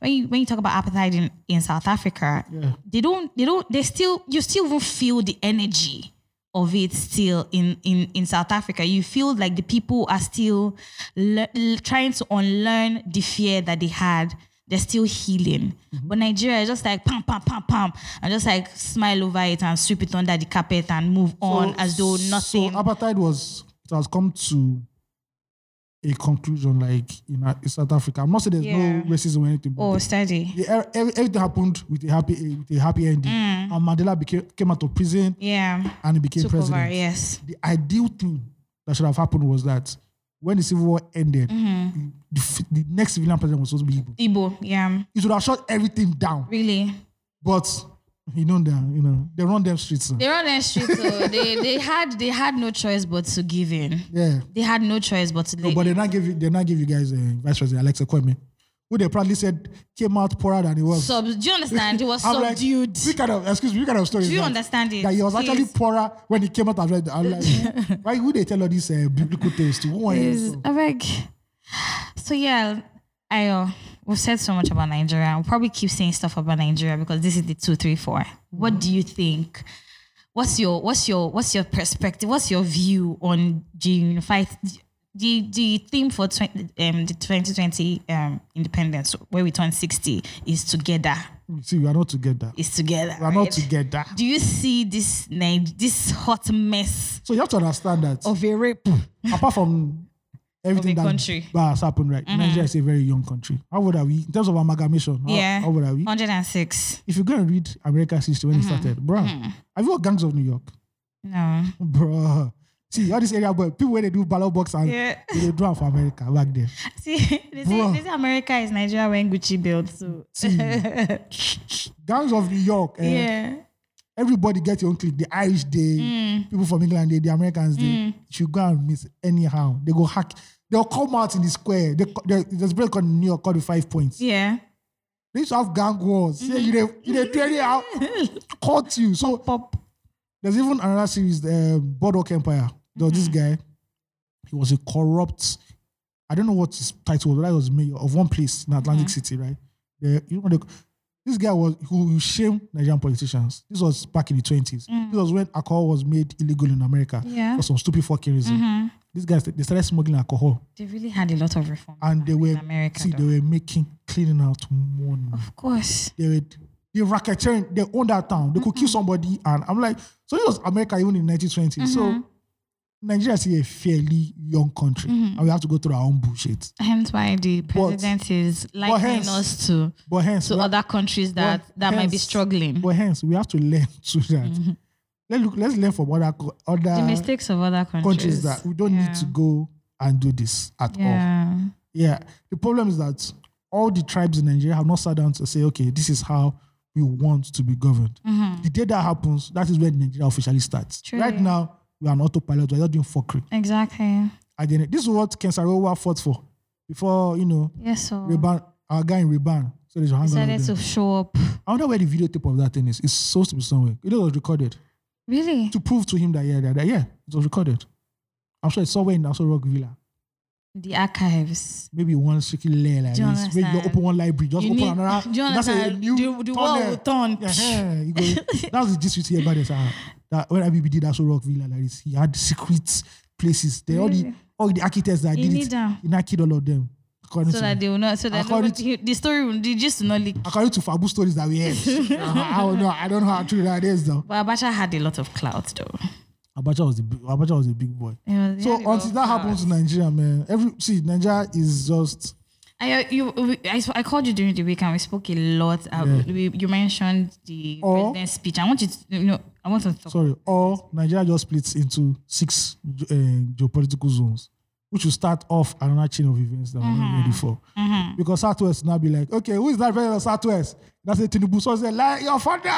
when you when you talk about apartheid in, in South Africa they don't they don't they still you still won't feel the energy of it still in in in South Africa you feel like the people are still le- l- trying to unlearn the fear that they had they're still healing Mm-hmm. but Nigeria is just like pam pam pam pam and just like smile over it and sweep it under the carpet and move on as though nothing So apartheid was it has come to a conclusion, like in, uh, in South Africa. I'm not saying there's Yeah. no racism or anything. But oh steady the- ev- ev- everything happened with a happy eh, with a happy ending. And Mandela became came out of prison yeah and he became Mm. took president. over yes the ideal thing that should have happened was that when the civil war ended, Mm-hmm. the, f- the next civilian president was supposed to be Igbo. Igbo yeah It would have shut everything down. really But You know them, you know. They run them streets. sir. They run the street, so they they had they had no choice but to give in. Yeah. They had no choice but to. No, but they not give you they not give you guys uh, Vice President Alexa Kwame, who they proudly said came out poorer than he was. sub, do you understand? It was I'm like, subdued. we kind of excuse me, we kind of story. Do is you that? understand it? That he was actually Please. poorer when he came out as red. I'm like, why would they tell all these uh, biblical tales to one? Please, I beg. So yeah, I uh, we've said so much about Nigeria. We'll probably keep saying stuff about Nigeria because this is the two, three, four. What do you think? What's your what's your what's your perspective? What's your view on the unified the the theme for 20, um the twenty twenty um independence where we turn sixty is together See, we are not together. is together. We are not right? together. Do you see this Ni- this hot mess So you have to understand that of a rape? apart from everything Of a that, country. Mm-hmm. that has happened, right? Nigeria is a very young country. How old are we in terms of amalgamation? How, Yeah, Uh, how old are we? hundred and six. If you go and read America's history when mm-hmm. it started, bro, have you heard Gangs of New York, No. bro? See all this area, boy, people where they do ballot box and Yeah. they do draw for America back then. See, they say, Bruh. they say America is Nigeria when Gucci built. So Gangs of New York, eh, yeah, everybody get your own clique. The Irish day, people from England day, the Americans day. You should go and miss anyhow. They go hack. They'll come out in the square. They, they, there's a place called New York called the Five Points. yeah. They used to have gang wars. Say you they you they train out, caught you. So Pop. there's even another series, the uh, Boardwalk Empire. There was this Mm-hmm. guy. He was a corrupt. I don't know what his title was. But that was mayor of one place in Atlantic Mm-hmm. City, right? The, you know the, this guy was who who shamed Nigerian politicians. This was back in the twenties. This was when alcohol was made illegal in America Mm. Yeah. Mm-hmm. Hmm. for some stupid fucking reason. These guys they started smuggling alcohol They really had a lot of reform. and they were in America. see they though. were making cleaning out money of course. they were they racketeering, they own that town. They could Mm-hmm. kill somebody, and I'm like, so this was America even in 1920. Mm-hmm. So Nigeria is a fairly young country, Mm-hmm. and we have to go through our own bullshit. Hence why the president is likening hence- us to But hence, to we have- other countries that but that might be hence- struggling. But hence, we have to learn to that. Mm-hmm. Let look, let's learn from other co- other the countries mistakes of other countries. that we don't Yeah. need to go and do this at all. Yeah. Yeah. The problem is that all the tribes in Nigeria have not sat down to say, okay, this is how we want to be governed. Mm-hmm. The day that happens, that is when Nigeria officially starts. Truly. Right now, we are on autopilot. We are not doing fuckery. Exactly. At the end, this is what Kensarowa fought for before, you know, Yes. So Reban, our guy in Reban. So they should hang out decided with to them. show up. I wonder where the videotape of that thing is. It's supposed to be somewhere. It was recorded Really? to prove to him that, yeah, that, that yeah, it was recorded. I'm sure it's somewhere in Aso Rock Villa. The archives. maybe one secret layer like Do you this. Maybe you understand? open one library, just You open need- another. do you that's a understand? new The- the world will turn. Yeah, you go, that's the gist with here about this. ah, that when IBB did Aso Rock Villa like this, he had secret places. They all the Really? all the architects that You did need it, them. he not killed all of them. According so to that they will not. So that According nobody- the story will the gist will not leak. according to Fabu stories that we heard. I, I don't know. I don't know how true that is though. But Abacha had a lot of clout though. Abacha was the big- Abacha was a big boy. You know, he So had a lot until of that clout. happens in Nigeria, man, every see Nigeria is just I, uh, you, we- I, sp- I called you during the week and we spoke a lot. Uh, we, you mentioned the Or- president's speech. I want you to, you know, I want to talk. sorry, or Nigeria just splits into six ge- eh, geopolitical zones, which will start off another chain of events that we're Mm-hmm. not ready for. Because Southwest now be like, okay, who is that president of Southwest? That's a Tinubu. So say, like your father.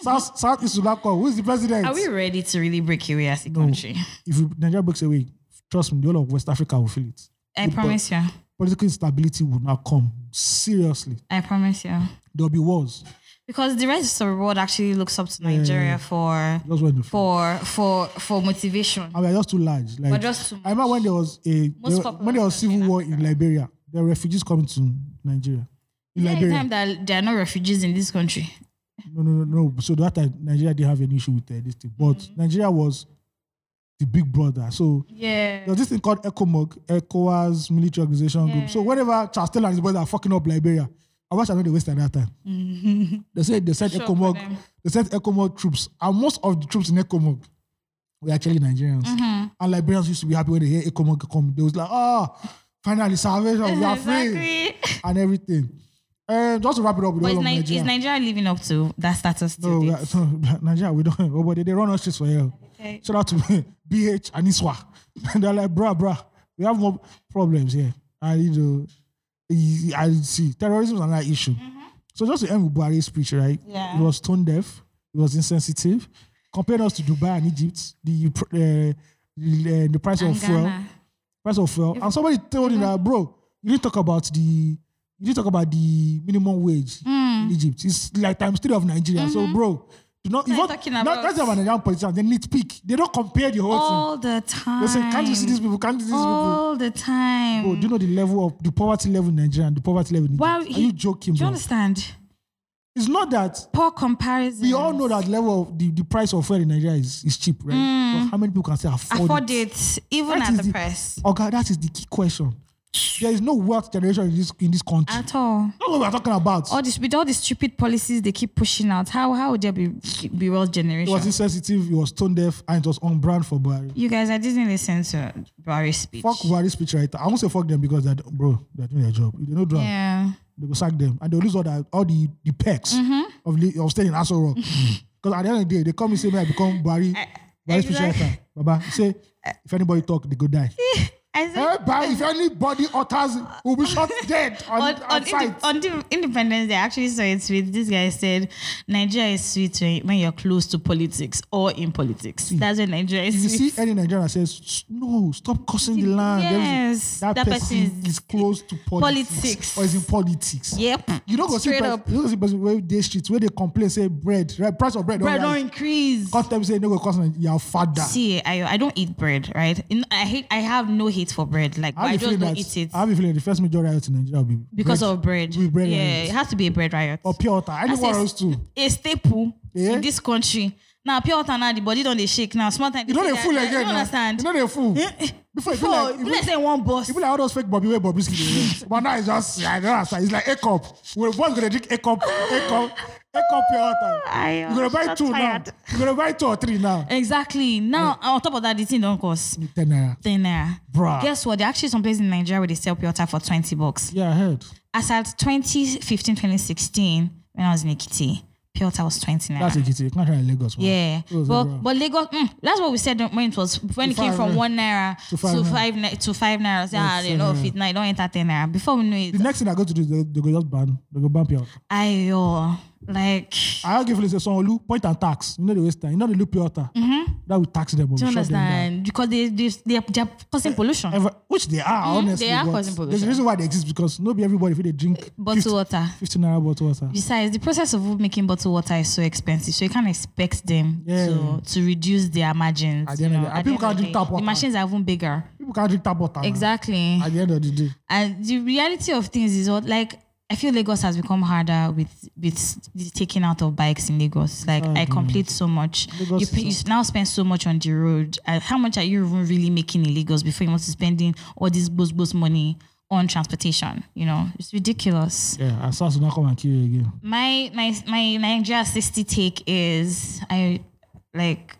South South is Sulako. Who is the president? Are we ready to really break away as a country? if you- Nigeria breaks away, trust me, the whole of West Africa will feel it. I promise you. Political instability will now come. Seriously, I promise you. there'll be wars. Because the rest of the world actually looks up to Nigeria for Just when the for for for motivation. I mean, they're just too large. Like, We're just too I remember when there was a Most there- when there was population civil war in Liberia, there were refugees coming to Nigeria. In Liberia, Anytime that there are no refugees in this country. no, no, no, no. So that time Nigeria didn't have any issue with uh, this thing, but Mm-hmm. Nigeria was the big brother. So Yeah. there's this thing called ECOMOG, ECOWAS Military Organization Group. So whenever Charles Taylor and his boys are fucking up Liberia, I watch I know they wasted that time. They said they sent Sure, Mm-hmm. for ECOMOG, them. they sent ECOMOG troops, and most of the troops in ECOMOG were actually Nigerians. Mm-hmm. And Liberians used to be happy when they hear ECOMOG come. They was like, oh, finally salvation, we are free, Exactly. and everything. And just to wrap it up with But all is, of Ni- is Nigeria. Nigeria living up to that status No, till we date? are, no, Nigeria, we don't. Oh, but they, they run us streets for hell. Okay. Shout out to BH and Iswa. And they're like, bruh, bruh, we have more problems here. And you know, I see terrorism is another issue. So just to end with Buhari's speech, right? Mm-hmm. Yeah. It was tone deaf. It was insensitive. Compared us to Dubai and Egypt, the pr- uh, the, uh, the price And of fuel, Ghana. price of fuel, and somebody told him that, bro, you didn't talk about the you didn't talk about the minimum wage Hmm. in Egypt. It's like times three of Nigeria. So, bro, do not What are you Mm-hmm. even talking not about? that's about Nigerian politicians. They nitpick. They don't compare the whole thing. all the time. They say, can't you see these people? Can't you see these people? all the time. Bro, do you know the level of the poverty level in Nigeria and the poverty level in Egypt? Wow, Are he- you joking, Do you bro? understand? It's not that Poor comparison. we all know that level of the, the price of fuel in Nigeria is, is cheap, right? But how many people can say afford, Hmm. afford it, even That at is the, the- price. Okay, that is the key question. There is no wealth generation in this in this country. At all. That's what we are talking about. All this with all these stupid policies they keep pushing out. How how would there be be wealth It generation? was insensitive, it was tone deaf, and it was on brand for Buhari. you guys, I didn't listen to Barry's speech. Fuck Buhari speechwriter. I won't say fuck them because that bro, they're doing their job. If they don't do am, Yeah. they will sack them and they'll lose all that all the, the perks Mm-hmm. of, li- of staying in Aso Rock. Because at the end of the day, they come and say, "May I become Buhari, Eh, Buhari exact- speechwriter. Baba, you say, Eh. if anybody talk, they go die. I said, Hey, Buhari, if anybody utters, will be shot dead on, on, on, on, inde- site. on the Independence Day, I actually saw a tweet. This guy said, Nigeria is sweet when, when you're close to politics or in politics. That's when Nigeria If Hmm. you is sweet. see any Nigerian that says, "S- no, stop cursing the land. Yes, that, that person, person is is close to politics, politics. or is in politics. Yep. You don't go see Straight person, up. you don't go see person where they street where they complain say bread, right? Price of bread, Bread don't don't rise. increase. Cut them say no go cost Nige- your father. See, I, I don't eat bread, right? In, I hate I have no hate for bread. Like have I, a just feeling don't that- eat it I have a feeling the first major riot in Nigeria will be because of bread. With bread yeah, riots. it has to be a bread riot. or pure water. Anyone As a- else too. a staple Yeah. in this country. Now pure water now the body don't they shake now. Small time. You know say they that- fool that- again. You now. understand? Eh, You know they fool. Before it be Before, like, like, it be like, let's say one boss. it be like all those fake Bobby where Bobby's But now it's just I don't know. sir. It's like a cup. We're both gonna drink a cup, a cup, a cup pure water. I am You're gonna so buy two tired. now. You're gonna buy two or three now. Exactly. Now on top of that, the thing don't cost Ten naira. ten naira. Bruh. Guess what? There are actually some places in Nigeria where they sell pure water for twenty bucks. Yeah, I heard. As at 2015, 2016, when I was in Ekiti, pure water was twenty naira. That's a GT. It's not trying Lagos. Man. Yeah, Those but are rough. but Lagos, mm, that's what we said when it was when it To came five from naira. one naira to To five five naira. na- to five naira. Say, ah, Yes, you know, yeah. if it now don't enter ten naira. Before we know it, The next thing I go to do is they, they go just ban. They go ban Piota. ayo, like I'll give you say some Olu point and tax. You know the waste time. You know the loop Piota. Mm-hmm. That will tax them. do you understand? Because they they they are, they are Eh, causing pollution. Ever, which they are, honestly. Mm-hmm. they are but causing There's a pollution. reason why they exist because not be everybody if they drink Bottled water. 15 naira bottle water. Besides, the process of making bottled water is so expensive, so you can't expect them Yeah. to to reduce their margins. At the you end of know, the- and at people the end can't of drink the tap day. water. Uh-huh. The machines are even bigger. People can't drink tap water. man. Exactly. At the end of the day. and the reality of things is what like I feel Lagos has become harder with with the taking out of bikes in Lagos. Like I complete so much. Lagos You, is pay, you now spend so much on the road. Uh, how much are you even really making in Lagos before you want to spending all this boost boost money on transportation? You know, it's ridiculous. Yeah, and SARS will not come and kill you again. My my my Nigeria sixty take is I like.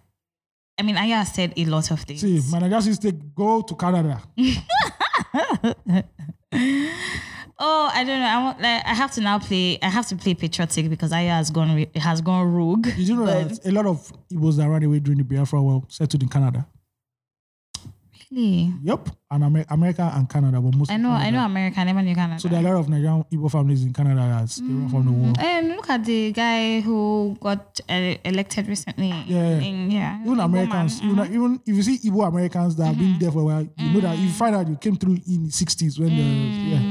I mean, Aya said a lot of things. See, my Nigerian sister, go to Canada. Oh, I don't know. I want like I have to now play. I have to play patriotic because Aya has gone re- has gone rogue. Did you know that a lot of Igbos that ran away during the Biafra war settled in Canada? Really? Yep. And Amer- America and Canada, but mostly I know. Canada. I know America. I never knew Canada. So there are a lot of Nigerian Igbo families in Canada that's they run Mm, from the war. and look at the guy who got uh, elected recently. Yeah. In, yeah. Even Igbo Americans, man. uh-huh. Mm-hmm. you know, even if you see Igbo Americans that have been there for a while, you know that Mm. you find out you came through in the 60s when the yeah,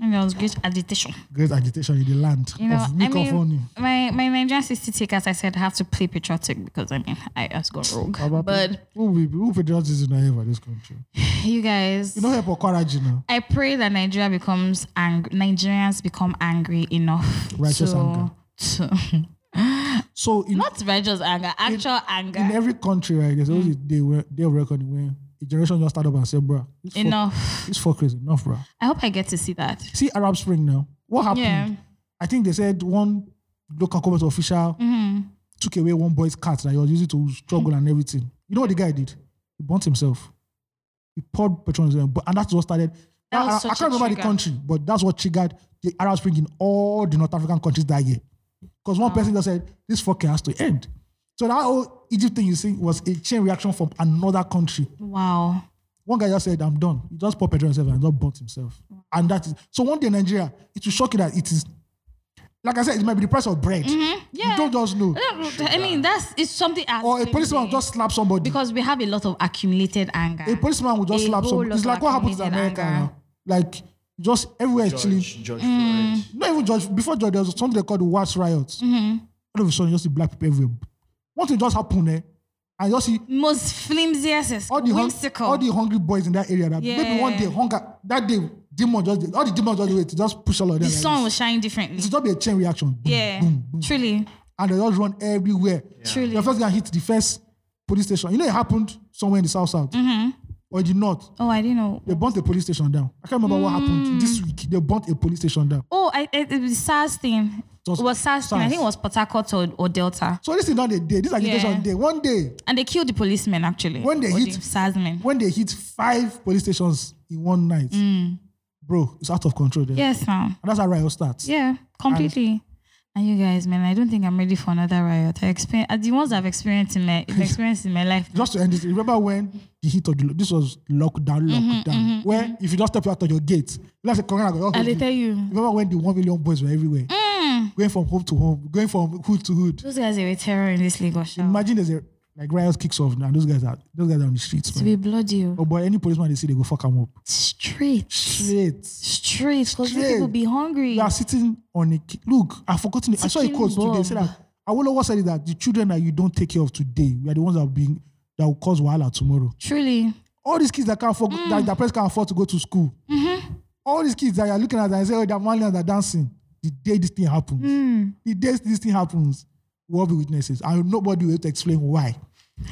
And there was great agitation. great agitation in the land You know, of I Mika Foni. mean, my, my Nigerian sister take, as I said, have to play patriotic because I mean, I has gone rogue. But who will be who patriotism not here for this country? you guys, You know help Okwaraji now. I pray that Nigeria becomes angry. Nigerians become angry enough. Righteous to, anger. to- So in, not righteous anger, actual anger. in every country, right, there's always a day where day of reckoning where a generation just start up and say, bruh, this fuck- enough. this fuck is enough, bruh. I hope I get to see that. see Arab Spring now. What happened? Yeah. I think they said one local government official Mm-hmm. took away one boy's cat that he was using to struggle and everything. You know what the guy did? He burnt himself. He poured petrol on his own, but and that's what started. That was I- I, I such a can't remember the trigger. country, but that's what triggered the Arab Spring in all the North African countries that year. Because one person just said, "This fucking has to end." So that whole Egypt thing you see was a chain reaction from another country. Wow. One guy just said, I'm done. He just poured petrol himself and just burnt himself. And that is so one day in Nigeria, it will shock you that it is Like I said, it might be the price of bread. Mm-hmm. Yeah. You don't just know. I mean, that's it's something. as Or a same policeman will thing. just slap somebody. because we have a lot of accumulated anger. a policeman will just A slap whole somebody. lot It's of like what happens in accumulated America anger. now. Like just everywhere is chilling. Judge, Judge Mm. Floyd. Not even judge. Before judge, there was something they called the Watts riots. Mm-hmm. All of a sudden, you just see black people everywhere. One thing just happened there, and you just see Most flimsiest, is all the hung- whimsical. all the hungry boys in that area. That maybe one Yeah. day hunger that day demon just all the demons just wait to just push all of them. the like sun this. will shine differently. It's just be a chain reaction. Boom, Yeah, boom, boom. truly, and they just run everywhere. truly. The first guy hit the first police station. You know it happened somewhere in the south south Mm-hmm. or the north. Oh, I didn't know. They burnt a police station down. I can't remember what Mm. happened this week. They burnt a police station down. Oh, I, it, it was SARS thing. It was was, SARS, thing. I SARS. think it was Port Harcourt or, or Delta. So this is not a day. This agitation Yeah. day. One day And they killed the policemen actually. When they Or hit- the SARS men. when they hit five police stations in one night, Mm. bro, it's out of control. There. Yes, ma'am. And that's how riot starts. Yeah, completely. And you guys, man, I don't think I'm ready for another riot. I experience the ones I've experienced in my experienced in my life. Just to end this, remember when the heat of the lo- this was lockdown, lockdown. where if you just step out of your gate, let's say Corona go. And they tell you, Remember when the one million boys were everywhere, going from home to home, going from hood to hood. those guys they were terror in this league or shall. Imagine there's a like riots kicks off now. Those guys are those guys are on the streets. To Man. be bloody. oh. Oh boy, any policeman they see, they go fuck them up. Straight. Straight. Straight. Because Straight. people be hungry. you are sitting on a ki- look. I've forgotten. It. I saw a Ticking quote today. It Said bomb. that Awolowo said it that the children that you don't take care of today, we are the ones that are being that will cause wahala tomorrow. Truly. All these kids that can't afford, that their parents can't afford to go to school. All these kids that you are looking at and say, "Oh, that Malians are dancing." The day this thing happens, the day this thing happens, we'll be witnesses, and nobody will be able to explain why.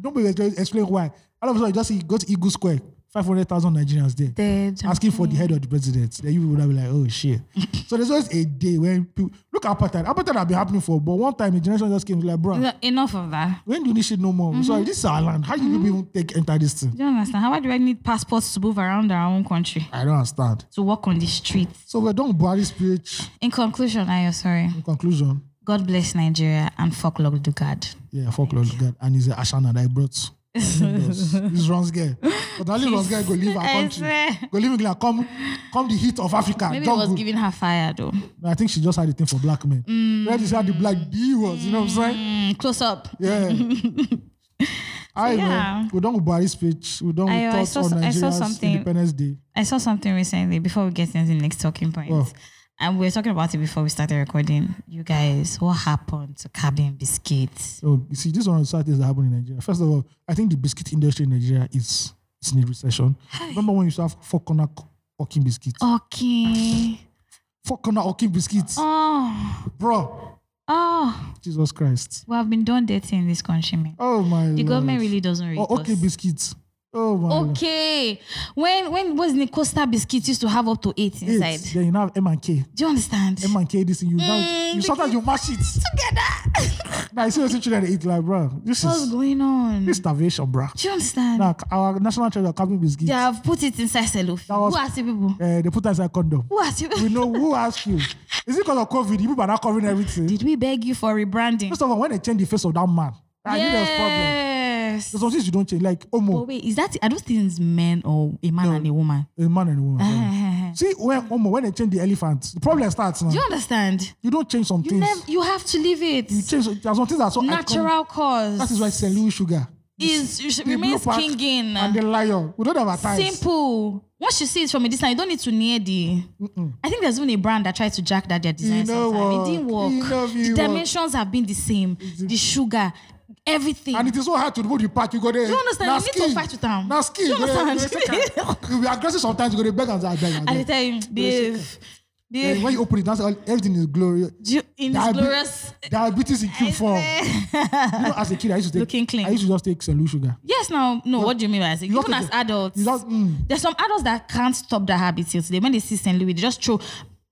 nobody will be able to explain why. All of a sudden, you just see, go to Eagle Square, five hundred thousand Nigerians there Dead. asking for the head of the president, then you would have been like, oh shit. so there's always a day when people look at apartheid. Apartheid had been happening for, but one time a generation just came like, bro, No, Enough of that. when do you need shit no more? Sorry, this is our land. How you people even take enter this thing? Do you understand? How do I need passports to move around our own country? I don't understand. To walk on the streets? So we're done Buhari speech. In conclusion, Ayo, sorry. In conclusion, God bless Nigeria and fuck Lord Dugard. yeah, fuck Lord God. And he's a Ashana that I brought. He's wrong guy. But the only wrong guy go leave our I country. swear. Go leave England. Come come the heat of Africa. eh, Maybe it Don't was go. giving Mm. her fire though. I think she just had a thing for black men. That is how the black D was, you know what I'm saying? Mm, close up. Yeah. I yeah. know. We don't buy speech. We don't I- I thoughts saw on so- I saw Nigeria's something. Independence Day. I saw something recently before we get into the next talking point. Oh. And we were talking about it before we started recording. You guys, what happened to Cabin Biscuits? So Oh, you see, this one of the sad things that happened in Nigeria. First of all, I think the biscuit industry in Nigeria is it's in a recession. Remember when you used to have four corner c- walking biscuits? Okay. Four corner walking biscuits, Oh. Oh, bro. oh. Jesus Christ. We have been done dirty in this country, man. Oh my. The Lord. government really doesn't read Oh, okay, us. biscuits. Oh my. Lord. Okay. When when was the Costa biscuit used to have up to eight Eight. inside? Then you now have M and K. Do you understand? M and K. This thing you now Mm, you sometimes you mash it. Together. Now you see those children they eat like, bro. This What's is going on? this is starvation, bro. Do you understand? Now, our national treasure, Kabin Biscuit, They have put it inside cellophane. was- Who asked the people? uh, they put us a condom. Who asked you? We know who asked you. Is it because of COVID? You people are not covering everything. Did we beg you for rebranding? First of all, when they change the face of that man, I knew there was problem. oh. Yes. There's some things you don't change, like But Omo, wait, is that are those things men or a man and a woman? a man and a woman. sorry. Do See, when Omo, when they change the elephant, the problem starts now. you understand? You don't change some You things. never you have to leave it. You change some- there's some things that are so iconic. Natural cause That is why St. Louis Sugar is the Blue remains Pack king in. and the lion. We don't have our time. Simple. Once you see it from a distance, you don't need to near the. I think there's even a brand that tried to jack that their design. You know sometimes. It didn't what? work. You know if you the work. dimensions have been the same. The sugar, everything. And it is so hard to remove the part. You go there. Do you understand? na You need to skin. fight with am. Na skin. Do you They- they understand? say, "Ah." You be aggressive sometimes. You go to beg and say, I beg. I and they beg. tell you, behave, Then behave. when you open it, that's all, everything is glorious. Do you- in this Diabe- glorious. eh. Diabetes in cube form. you know, as a kid, I used to take. Looking clean. I used to just take Saint Louis sugar. Yes, now, no, what do you mean by that? just Even take as it. adults, You just, mm, there's some adults that can't stop that habit till today. When they see St. Louis, they just throw.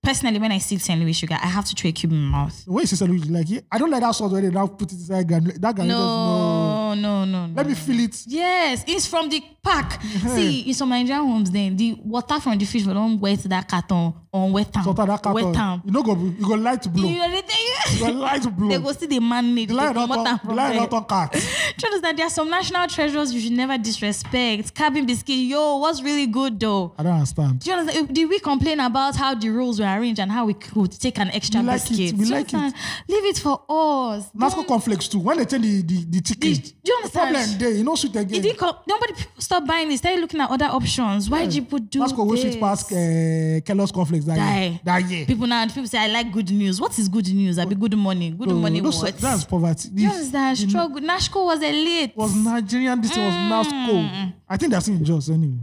Personally, when I see St. Louis sugar, I have to throw a cube in my mouth. when you see Saint Louis, like, yeah, I don't like that sauce where they now put it inside granule. That granule. No, Just, no, no, no, no. Let me feel it. Yes, it's from the pack. See, in some Nigerian homes, then the water from the fish will don't wet that carton on wet town. Sometimes that Wet carton. town. You know, go, you go light to blow. You You know the thing? go light to blow. They go see the man need. the light not on, the light not Do on cat. you understand? There are some national treasures you should never disrespect. Cabin biscuit, yo, what's really good though? I don't understand. Do you understand? Did we complain about how the rules were arranged and how we could take an extra We like it. biscuit? We Do you like it. understand? Leave it for us. Nasco conflicts too. When they change the the, the chicken, Do you the understand? problem there. You know, sweet It again. didn't come. Nobody people stop buying this. Started looking at other options. Why people do Nasco will this? sweet past uh, Kellogg's conflicts that year. Die. That year. People now people say I like good news. What is good news? I be good money. Good So, money. Oh, those- What? That's poverty. This Yes, that struggle. Nashko was elite. was Nigerian. This was Mm. Nasco. I think that's in Jos anyway.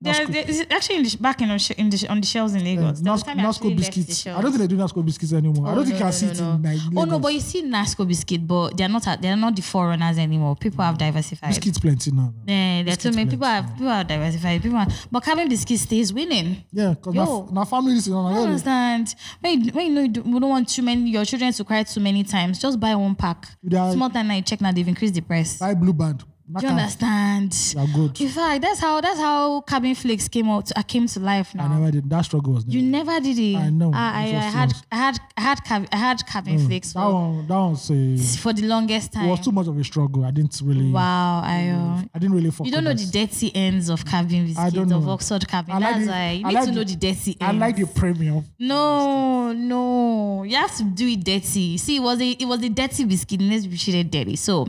there, Nasco. there is actually in the, back in, on sh- in the, sh- on the shelves in Lagos. There was a Nasco, time Mm. I actually left Nasco the biscuits. I shelves. don't think they do Nasco biscuits anymore. I don't think I see it in Nigeria. Oh no, but you see Nasco biscuit, but they're not they're not the forerunners anymore. People have diversified. biscuits plenty now. Yeah, there are too biscuit many people blends, have people have diversified. People, are, but cabin biscuit stays winning. Yeah, because my, Yo. my family is in I don't Nigeria. understand. When you, when you know you don't, you don't want too many your children to cry too many times, just buy one pack. You die. Small time now you check now they've increased the price. Buy blue band. Do you understand? They are good. In fact, that's how that's how cabin flakes came out. I came to life now. I never did. That struggle was you there. never did it. Mm. I know. I, I, I It was had lost. I had I had cabin, I had cabin flakes That for, one, that one's a, for the longest it time. was too much of a struggle. I didn't really. wow, I. Uh, I didn't really. Fuck you don't know with the that. dirty ends of cabin I don't biscuits of know. Oxford cabin. I like That's the- why you I need like to the- know the dirty ends. I like the premium. No, no. You have to do it dirty. See, it was a it was a dirty biscuit. Let's be treated dirty. So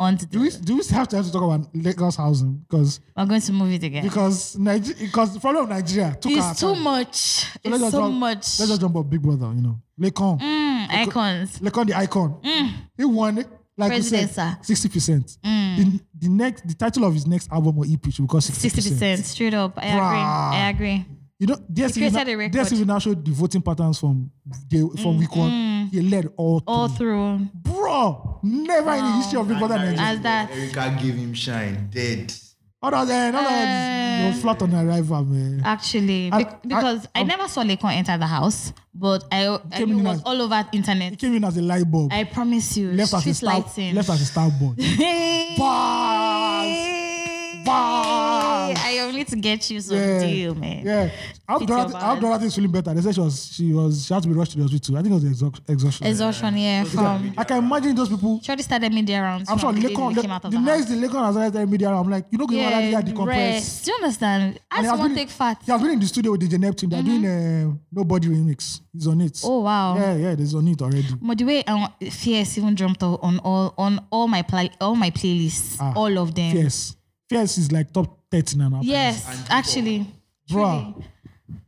on to Do we the, do we have to have to talk about Lagos housing because we're going to move it again. because Niger, because the problem of Nigeria took our It's too time. much. let's It's just so jump- much. Let's just jump on Big Brother. You know, Lekon, Mm, icons. Lekon the icon. He won it. Like we said, Mm. Presidential. Mm. 60%. The, the next, the title of his next album or EP should be called 60%. Sixty percent, straight up. I Bruh. agree. I agree. You know, DSTV, created na- a record. Mm, DSTV now showed the voting patterns from day, from week one. He led all, All Oh, through. through. Bro, never in the history of Big Brother Nigeria. Nigeria. As that. Erica gave him shine. Dead. Others, eh, others, Eh. you're flat on arrival, man. Actually, I- bec- I- oh. because I, never saw Lekon enter the house, but I, I came knew in it was as- all over He internet. came in as a light bulb. I promise you, left as a street star, lighting. left as a star boy. Hey. Bars. Bars. I only need to get you some Yeah. deal, man. Yeah, how Fits your Dorothy, how balance. Dorothy is feeling better. They said she was she was she had to be rushed to the hospital. I think it was exhaust, exhaustion. Exhaustion, yeah. From I can imagine those people. Shorty started media rounds. I'm sure from the day Lekon, they the, came out of the the next house. day Lekon has started telling media, I'm like, you know, going to yeah, that decompress. rest. Do you understand? I And he has just want been- take fat. He has been in the studio with DJ Neptune. They're doing uh, Nobody remix. He's on it. Mm-hmm. Oh wow. Yeah, yeah, there's on it already. But the way um, Fierce even jumped out on all on all my play all my playlists, Ah, all of them. Fierce. Fierce is like top 13 and up. Yes, actually, Bruh.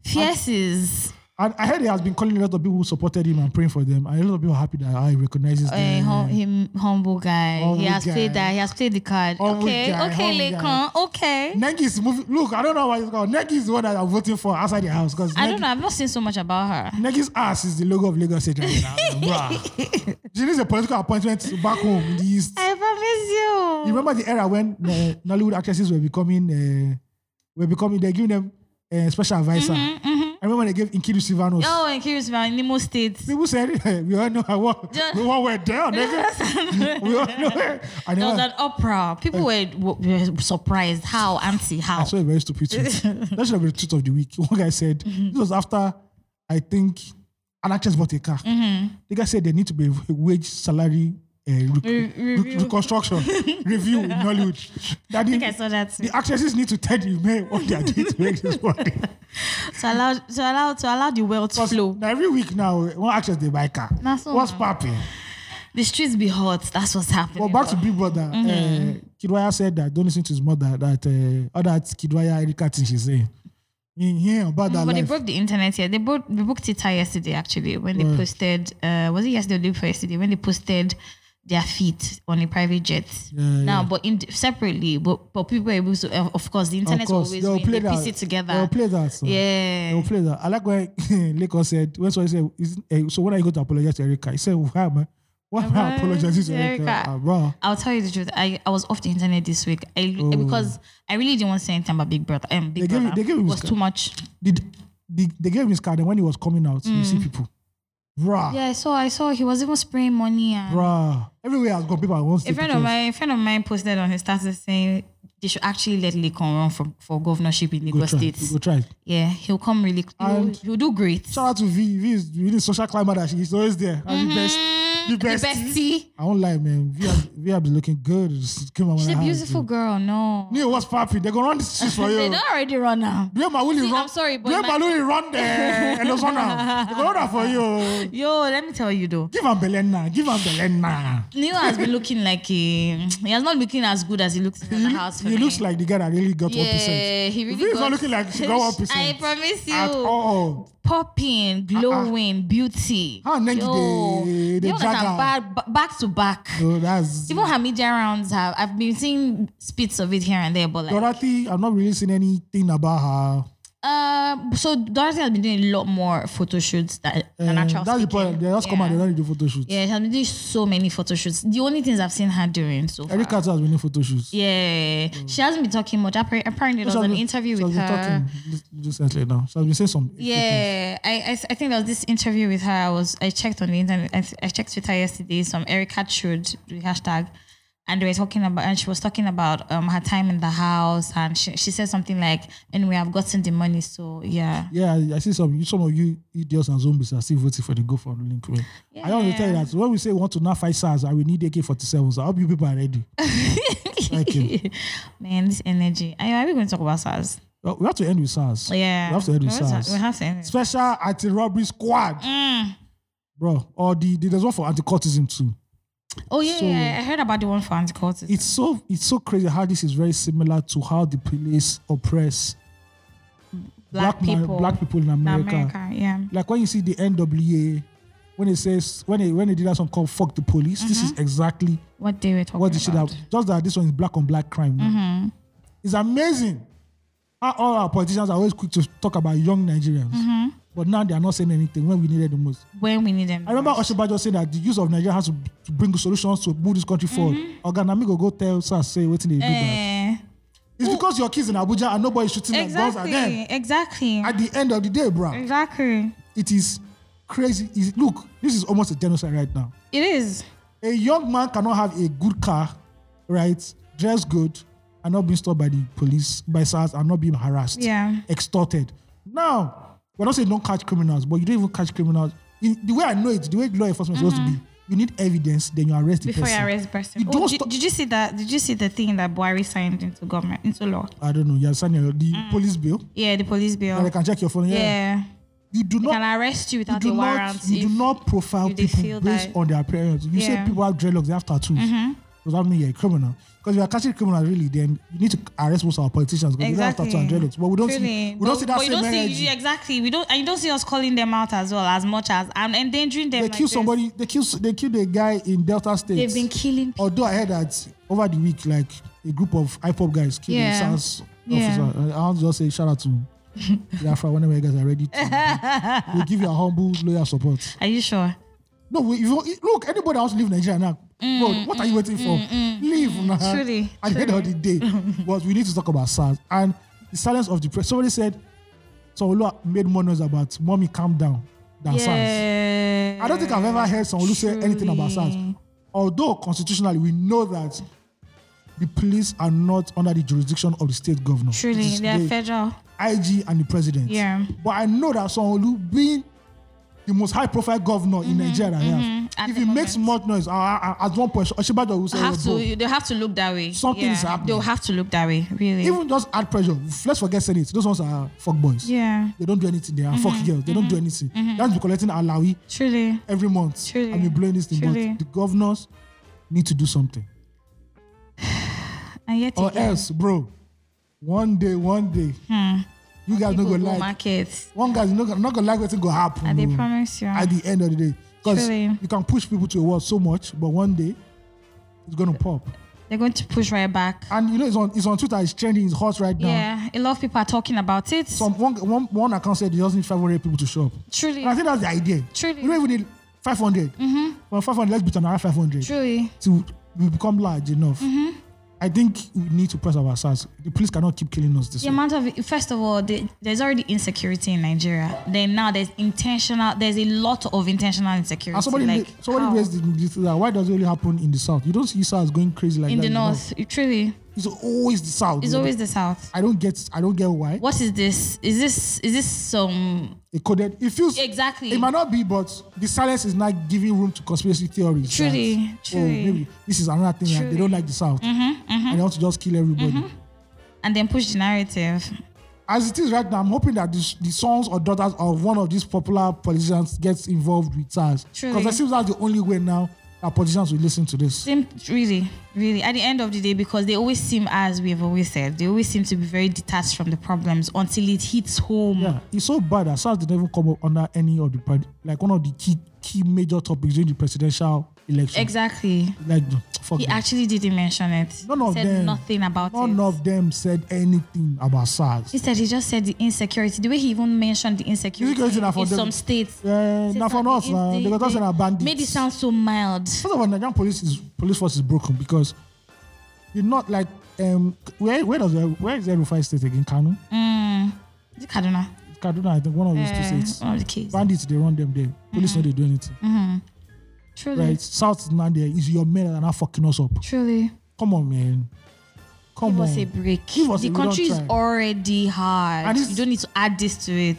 Fierce is And I heard he has been calling a lot of people who supported him and praying for them. And a lot of people are happy that I recognizes a them. hum, him humble guy. Humble he has guy. played that. He has played the card. Humble okay, guy, okay, humble guy. Lekon. Okay. Nengi is moving. Look, I don't know why it's called. Nengi is the one that I'm voting for outside the house because I don't know. I've not seen so much about her. Nengi's ass is the logo of Lagos State right now. Bruh. She needs a political appointment back home in the east. I promise You you. remember the era when uh, Nollywood actresses were becoming, uh, were becoming, they're giving them uh, special advisor. Mm-hmm, I remember they gave Inkiru Sivanos. Oh, and curious about in Imo State. People said, we all know what, Just- we all were down, nigga. we all know. I There was an never, opera. People Uh, were, were surprised how auntie how. I saw a very stupid tweet. that should have been the tweet of the week. One guy said, Mm-hmm. this was after, I think, an actress bought a car. Mm-hmm. The guy said there need to be a wage salary uh, rec- review. rec- reconstruction review in Hollywood. That I think I saw that too. The actresses need to tell the men what they are doing to make this money. To allow to allow to allow the wealth Because flow. Now every week now, one actress they buy car. Na so What's na. popping? The streets be hot. That's what's happening. Well, back to Big Brother. Mm-hmm. Uh, Kidwaya said that don't listen to his mother. That uh, all that Kidwaya Erika thing she's saying. In here about that Mm, but they life. broke the internet here. They broke they booked it out yesterday actually when Mm. they posted uh was it yesterday or the day before yesterday when they posted their feet on a private jet. Yeah, now, but in separately, but but people were able to uh, of course the internet will always they'll win. play They that. piece it They'll together. play that. So. Yeah. They'll play that. I like when Lakers said when somebody said, is, eh, "So when are you going to apologize to Erika?" He said, "Why am I? Why am I Why apologizing to Erika?" Erika? Ah, bro. I'll tell you the truth. I, I was off the internet this week. I because I really didn't want to say anything about Big Brother. Um, Big Oh. Brother They gave- they gave him was sc- too much. Did the, they gave him his card and when he was coming out, you see people. Bruh. Mm. Yeah, I saw. I saw he was even spraying money and Bruh. Everywhere I've gone, people are once a friend of mine, a friend of mine posted on his status saying they should actually let Lekon run for, for governorship in Go Lagos try. State. Go try. Yeah, he'll come really. He'll, And- he'll do great. Shout out to V. V is really social climber that she is always there. I'm the best. Mm, The best. bestie. I won't lie, man. V has, v has been looking good. Just Came out She's a when I had beautiful it. girl. No, Neil, what's popping? They're gonna run this shit for they you. don't already run now. Where my Willie See, run? I'm sorry, but Where my- my Willie run there? And those one now. They're gonna run that for you. Yo, let me tell you though. Give him Belena. Give him Belena. Neil has been looking like a, he has not looking as good as he looks in the He, house. look- For he me. looks like the guy that really got one percent. yeah, he really. V is got- not looking like she got one percent. I promise you. At all. Ah, popping, glowing, beauty. How Nengi Yo, dey- dey you drag understand? am? Back, ba- back to back. So that's Even her media rounds have. I've been seeing spits of it here and there, but like, Dorothy. I've not really seen anything about her. um. So Dorothy has been doing a lot more photo shoots than, than Um, actual. that's the speaking. point. They just come Yeah. out. They don't do photo shoots. Yeah, she has been doing so many photo shoots. The only things I've seen her doing so far. Eric Carter has been in photo shoots. yeah, she hasn't been talking much. Appar- Apparently, there Mm. was She has an been- interview she has with been her. talking just- recently now. She has been saying some. Yeah, I, I I think there was this interview with her. I was I checked on the internet. I, I checked Twitter yesterday. Some Erica Chud the hashtag, and they were talking about and she was talking about um her time in the house and she, she said something like and we have gotten the money so yeah Yeah, I- I see some you, some of you idiots and zombies are still voting for the go for link. Man. I always tell you that when we say we want to not fight SARS, I will need AK 47s. I hope you people are ready. Thank you. man this energy are, are we going to talk about SARS Well, Uh, we have to end with SARS. yeah We have to end with we have SARS. to, we have to end with- Special anti robbery squad. Mm. Bro, or the, the there's one for anti cultism too. oh yeah, So- yeah I heard about the one for anti-cultism It's so it's so crazy how this is very similar to how the police oppress black, ma- people black people in in America. America yeah Like when you see the NWA, when it says when they when they did that song called "Fuck the Police," this Mm-hmm. is exactly what they were talking what what they about should have. Just that this one is black on black crime. now. Mm-hmm. It's amazing how all our politicians are always quick to talk about young Nigerians, Mm-hmm. but now they are not saying anything when we need it the most. when we need them I remember Oshibajo saying that the use of Nigeria has to, to bring solutions to move this country forward. Oganamigo go tell SARS say what they do bad. Mm-hmm. Eh. It's because your kids in Abuja and nobody's shooting at guns at them. Exactly. Exactly. At the end of the day, bruh. Exactly. it is crazy. It's- look, this is almost a genocide right now. It is. A young man cannot have a good car, right? Dress good, and not being stopped by the police, by SARS, and not being harassed, Yeah. extorted. Now, we're not saying don't catch criminals, but you don't even catch criminals. In, the way I know it, the way law enforcement is supposed to be, you need evidence, then you arrest the Mm-hmm. Before person. you arrest the person. You oh, don't did, stop- did you see that? Did you see the thing that Buhari signed into government into law? I don't know. You're signing the police bill. Yeah, the police bill. And they can check your phone. Mm. yeah. Yeah. You do They not. can arrest you You without do a not. warrant. You do if- not profile if they people feel based that- on their appearance. You say Yeah. Mm-hmm. people have dreadlocks, they have tattoos. Does that mean you're a criminal? Because if you're catching criminals, really, then you need to arrest most of our politicians because they don't have tattoos and dreadlocks. But we don't see. Truly. We But- don't see that but you same don't energy. See, exactly. We don't. And you don't see us calling them out as well as much as I'm endangering them. they like kill this. somebody. They kill. They killed a guy in Delta State. They've been killing. people. Although I heard that over the week, like a group of IPOP guys killed Yeah. a SARS Yeah. officer. And I'll just say shout out to Biafra whenever you guys are ready. To, we'll give you a humble, loyal support. Are you sure? No, we, if you, look, anybody else leave Nigeria now. Mm, Bro, what are you waiting for? leave now. Truly, At the end of the day, but we need to talk about SARS and the silence of the press. Somebody said, Sonolo made more noise about mommy calm down than SARS. Yeah. I don't think I've ever heard Sonolo say anything about SARS. Truly. Although constitutionally, we know that the police are not under the jurisdiction of the state governor. It Truly, is they're the federal. IG and the president. Yeah. But I know that Sonolu being the most high profile governor in Nigeria, yeah, Mm-hmm, At if the he makes much noise, uh, uh, at one point, Oshibajo will say, have "Bro, to they have to look that way. Something is happening. They'll have to look that way, really. even just add pressure. Let's forget Senate. Those ones are fuck boys. yeah. Mm-hmm, They don't do anything. They are fuck girls. They don't do anything. That's be collecting alawi Truly. every month. Truly. I mean, blowing this thing. Truly. But the governors need to do something, And yet or again, else, bro, one day, one day, Hmm. you guys people not gonna go like. markets. One guy's not gonna, not gonna like what's gonna happen. And oh. they promise you. ah. at the end of the day. Because Truly. you can push people to a wall so much, but one day it's gonna pop. They're going to push right back. And you know it's on it's on Twitter, it's trending, it's hot right now. Yeah. A lot of people are talking about it. Some one one one account said it doesn't favorite people to show up. truly. And I think that's the idea. Truly. We don't even need five Mm-hmm. hundred. Well five hundred, let's beat another five hundred. truly. Mm-hmm. Till we become large enough. I think we need to press our SARS. The police cannot keep killing us this The way. amount of first of all, the, there's already insecurity in Nigeria. Then now there's intentional. There's a lot of intentional insecurity. And Ah, somebody like somebody how? raised the- this, that why does it only happen in the south? You don't see SARS going crazy like in that Mm. the north. It truly, It's always the south. it's always the south. I don't get I don't get why. What is this? Is this is this some It coded it feels Exactly. It might not be, but the silence is not giving room to conspiracy theories. that, Truly, Oh, truly. Mm-hmm, maybe this is another thing. and They don't like the south. And they want to just kill everybody. and then push the narrative? As it is right now, I'm hoping that this, the sons or daughters of one of these popular politicians gets involved with SARS. Truly. Because it seems that's the only way now that politicians will listen to this. Seem really, really at the end of the day because they always seem as we have always said they always seem to be very detached from the problems until it hits home. Yeah, it's so bad that SARS didn't even come up under any of the pred- like one of the key key major topics during the presidential election. Exactly. like fuck He them. actually didn't mention it. None he of said them. nothing about it. None of them said anything about SARS. He said he just said the insecurity. The way he even mentioned the insecurity, Insecurity na for in them. some states. Uh, Says now for that us, the- uh, the- they got us the- in a bandit. Made it sound so mild. First of all, Nigerian police is police force is broken because you're not like um where where does where is Erufai state again? Kanu, Is it Mm. Kaduna? Kaduna, I think one of those two Eh, states. one of the kids. Bandits they run them there. Police know they do anything. Truly, Right? South is not there. It's your men that are not fucking us up. truly. Come on, man. Come Give on. us a break. Give us the a- we don't country is try. already hard. And it's- You don't need to add this to it.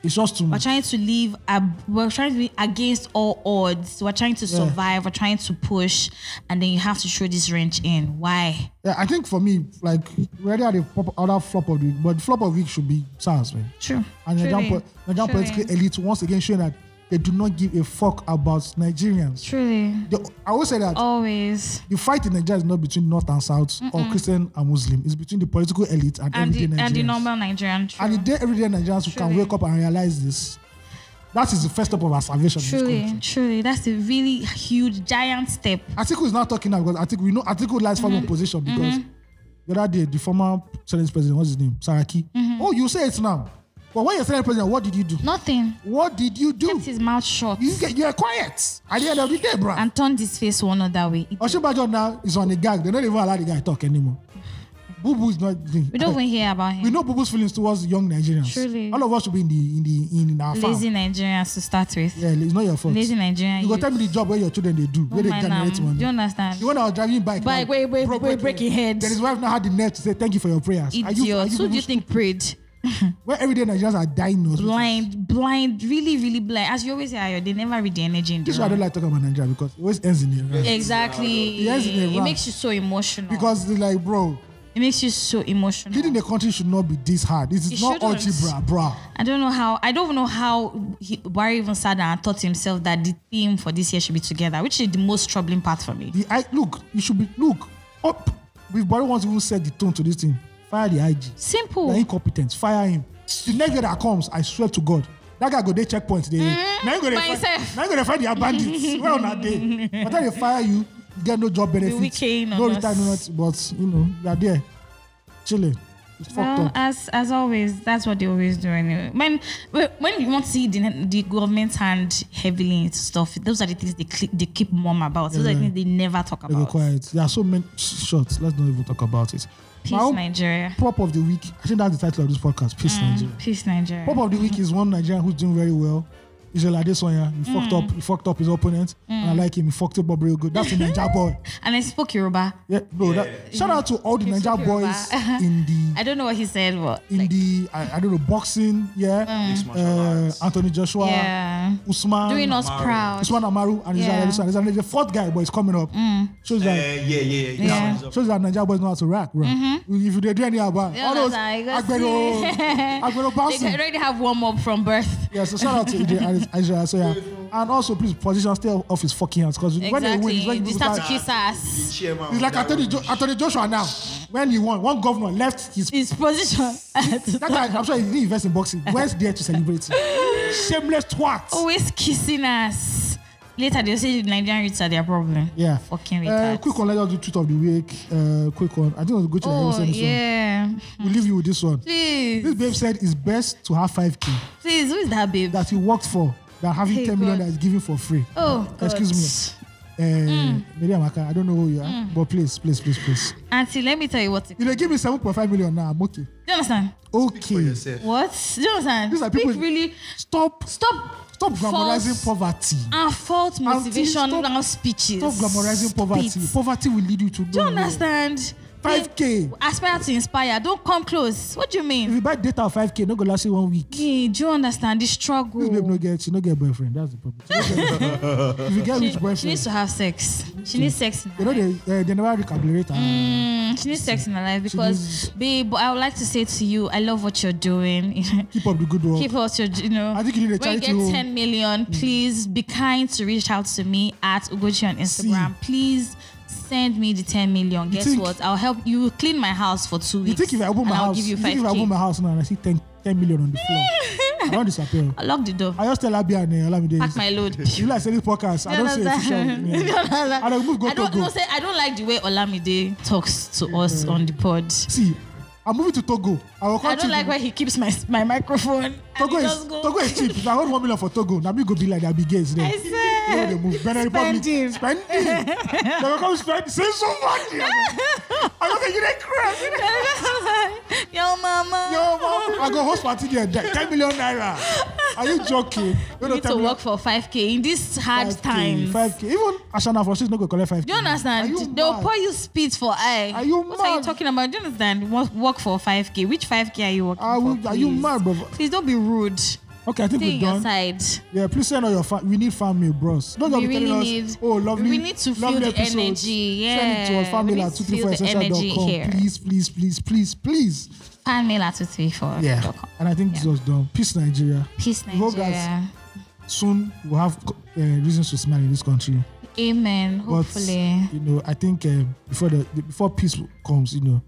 It's just too We're much. trying to live. ab- We're trying to be against all odds. We're trying to survive. We're trying to push, and then you have to throw this wrench in. Why? Yeah, I think for me, like whether the pop- other flop of the week, but the flop of the week should be SARS, man. True. and Nigerian, Truly. po- Nigerian Truly. political elite once again showing that they do not give a fuck about Nigerians. Truly. They, I always say that Oh. Always. the fight in Nigeria is not between North and South or Christian and Muslim. It's between the political elite and, and everyday the, Nigerians. and the normal Nigerian. True. And the day everyday Nigerians who can Truly. wake up and realize this, that is the first step of our salvation. in this truly, country. truly, that's a really huge, giant step. Atiku is not talking now because Atiku, we know Atiku lies Mm-hmm. from opposition because the other day, the former Senate president, what's his name? Saraki. Mm-hmm. Oh, you say it now. But when you're Senate president, what did you do? Nothing. What did you do? Kept his mouth shut you get you're quiet at the end of the day, bro. and turned his face one other way. Oh. It- Oshibajo now is on the gag. They don't even allow the guy talk anymore. Boo Boo is not. We don't even hear about We him. know Boo Boo's feelings towards young Nigerians. Truly. All of us should be in the in the in, in our farm. Lazy Nigerians to start with. Yeah, it's not your fault. Lazy Nigerian. You go youth. tell me the job where your children they do, Don't where they mind generate am. Do money. you understand? The one that was driving bike. Bike, now, wait, wait, broke- wait, broke breaking heads. Then his wife now had the nerve to say thank you for your prayers. Are you- are Idiots. Who do you people's- think prayed? Where everyday Nigerians are dying. in hospitals. Blind, blind, really, really blind. As you always say, Ayo, they never read the energy in the This is why I room. don't like talking about Nigeria because it always ends in the Exactly. Yes, they it run. makes you so emotional. Because it's like, bro, it makes you so emotional. leading the country should not be this hard. This is It not shouldn't. algebra, bruh. I don't know how. I don't even know how he, Barry even sat down and thought to himself that the theme for this year should be together, which is the most troubling part for me. The I look, you should be look up. We've Barry once even set the tone to this thing. Fire the IG. Simple. They're incompetent. Fire him. The next day that comes, I swear to God, that guy go there checkpoint. They now you go Mm-hmm. by there find, himself. now you go there find the bandits. well, not they. But then they fire you, you get no job benefits, weekend no on us. retirement. But you know you are there, chilling. It's well, fucked up. as as always, that's what they always do anyway. When when you want to see the, the government's hand heavily into stuff, those are the things they cl- they keep mum about. Those are the Yeah. things they never talk They go about. quiet. There are so many shots. Let's not even talk about it. Peace My own Nigeria. prop of the week. I think that's the title of this podcast. Peace, Mm. Nigeria. Peace Nigeria. Pop of the week is one Nigerian who's doing very well. Israel Adesanya, he Mm. fucked up, he fucked up his opponent, and I like him. He fucked up up real good. That's a Ninja boy. And I spoke Yoruba. Yeah, bro. That, shout out to all the He's Ninja talking boys about- in the I don't know what he said, but in like, Mm. the I, I don't know boxing. Yeah, Mixed martial uh, arts. Anthony Joshua, yeah, Usman, doing us Amaru. proud. Usman Amaru, and Yeah. Mm. Israel Adesanya. There's a fourth guy, but he's coming up. Shows Yeah, that. yeah, yeah. yeah. Yeah. Mm-hmm. That one's up. Shows that Nigeria boys know how to rock, bro. If you dey do any about Yeah, all those that's how I go Agbero, see. Agbero They bouncing. can already have warm up from birth. Yeah, so shout out to Israel Adesanya. And also, please, position, stay off his fucking hands. Because when they Exactly. win, it's like, They people start to start- kiss ass. Chairman it's of like that Anthony, one. jo- Anthony Joshua now. When he won, one governor left his... His position. That guy, I'm sure he didn't invest in boxing. Where's there to celebrate him? Shameless twat. Always kissing us. Later they'll say the Nigerian youths are their problem. yeah. Fucking Uh, retards. quick one, let's just do tweet of the week. Uh, quick one. I think I'll go to the oh oh, yeah. one. We'll leave you with this one. This Please. babe said it's best to have 5K Please, who is that babe? that you worked for than having Hey, 10 million God. that is given for free. oh God. uh, Excuse me. uh, Mm. Miriam Aka, I don't know who you are, but please, please, please, please. Auntie, let me tell you what. It, You do know, give me 7.5 million now. I'm okay. you understand? for Okay. yourself. What? Do you understand? These are Speak people- really. Stop. Stop. Stop false glamorizing poverty. And false motivational stop- speeches. Stop glamorizing poverty. Spit. Poverty will lead you to Do you understand? 5K. Aspire to inspire. Don't come close. What do you If mean? you buy data of 5K, no go last you one week. Gee, do you understand the This babe no struggle? get, she no get boyfriend. That's the problem. She no get boyfriend. if you get rich She boyfriend, needs to have sex. She needs sex. in her Hmm. you know they, uh, they never recalibrate. her. Mm, she needs sex in her life because, needs- babe, I would like to say to you, I love what you're doing. Keep up the good work. Keep us your, you know. I think you need a when you get charity 10 million, Mm. please be kind to reach out to me at Ugochi on Instagram. Please send me the 10 million. Guess think- what? I'll help you clean my house for two you weeks. think if I open and my I'll house, give you you think if I open 5K. my house now and I see 10, 10 million on the floor, I don't disappear. I'll lock the door. I just tell Abia and uh, Olamide, Pack my load. you like selling podcast. I don't say official. Yeah. I And I move go I don't to go. no, say I don't like the way Olamide talks to us on the pod. See, I'm moving to Togo. I will I come don't like where he keeps my my microphone. and Togo he is just go- Togo is cheap. If I hold one million for Togo, now me go be like that big gays there. I You know said. they move. Benin Republic. Spending. Spending. they will come spend. Say so much. I don't think you dey crazy. Yo, mama. Yo, mom, I go host party there. That ten million naira. Are you joking? You need to work for 5k in these hard times. Five k. Even Ashana for six no go collect five k. Do you understand? Are you They'll mad? pour you spit for eye. Are you what are you mad? talking about? Do you understand? Work, work for 5k. Which 5k are you working Are, for? we, are you please? mad, bro? Please don't be rude. Stay Okay, I think on we're your done. side. Yeah, please send all your fa- We need family, bros. Don't just We be telling really us, need- oh, lovely. we need to feel lovely the episodes. energy, Send it to yeah. us, family We at need to feel the 234essential.com. energy here. Please, please, please, please, please. Fan mail at 234. Yeah. And I think this was done. Peace, Nigeria. Peace, hope that's- Nigeria. Soon we'll have co- uh, reasons to smile in this country. Amen. Hopefully. But, you know, I think um, before the before peace comes, you know,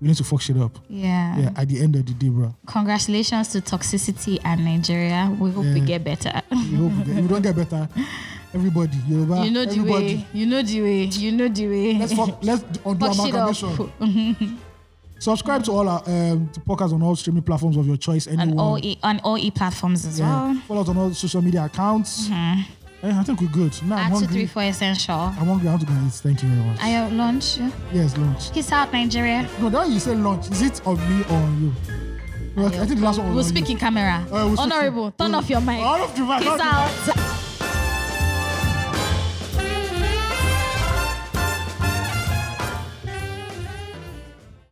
we need to fuck shit up. Yeah. Yeah, at the end of the day, bro. Congratulations to toxicity and Nigeria. We hope we Yeah. get better. We hope we get- we don't get better. Everybody, Yoruba, you know the everybody. way. You know the way. You know the way. Let's fuck, let's do- undo Fuck shit amalgamation. up. Subscribe to all our um, to podcasts on all streaming platforms of your choice. on all Anyone. e, on all e platforms as Yeah. well. Follow us on all social media accounts. Eh, I think we're good. Now I'm At Mm-hmm. two three hungry. four essential. I'm hungry. I want to go and eat. Thank you very much. I have lunch. yes, lunch. Peace out, Nigeria. No, that you say lunch. Is it on me or on you? No, I think the last one was We'll on speak you. in camera. Uh, we'll speak in- Honorable, turn we'll- off your mic. All of the Peace out.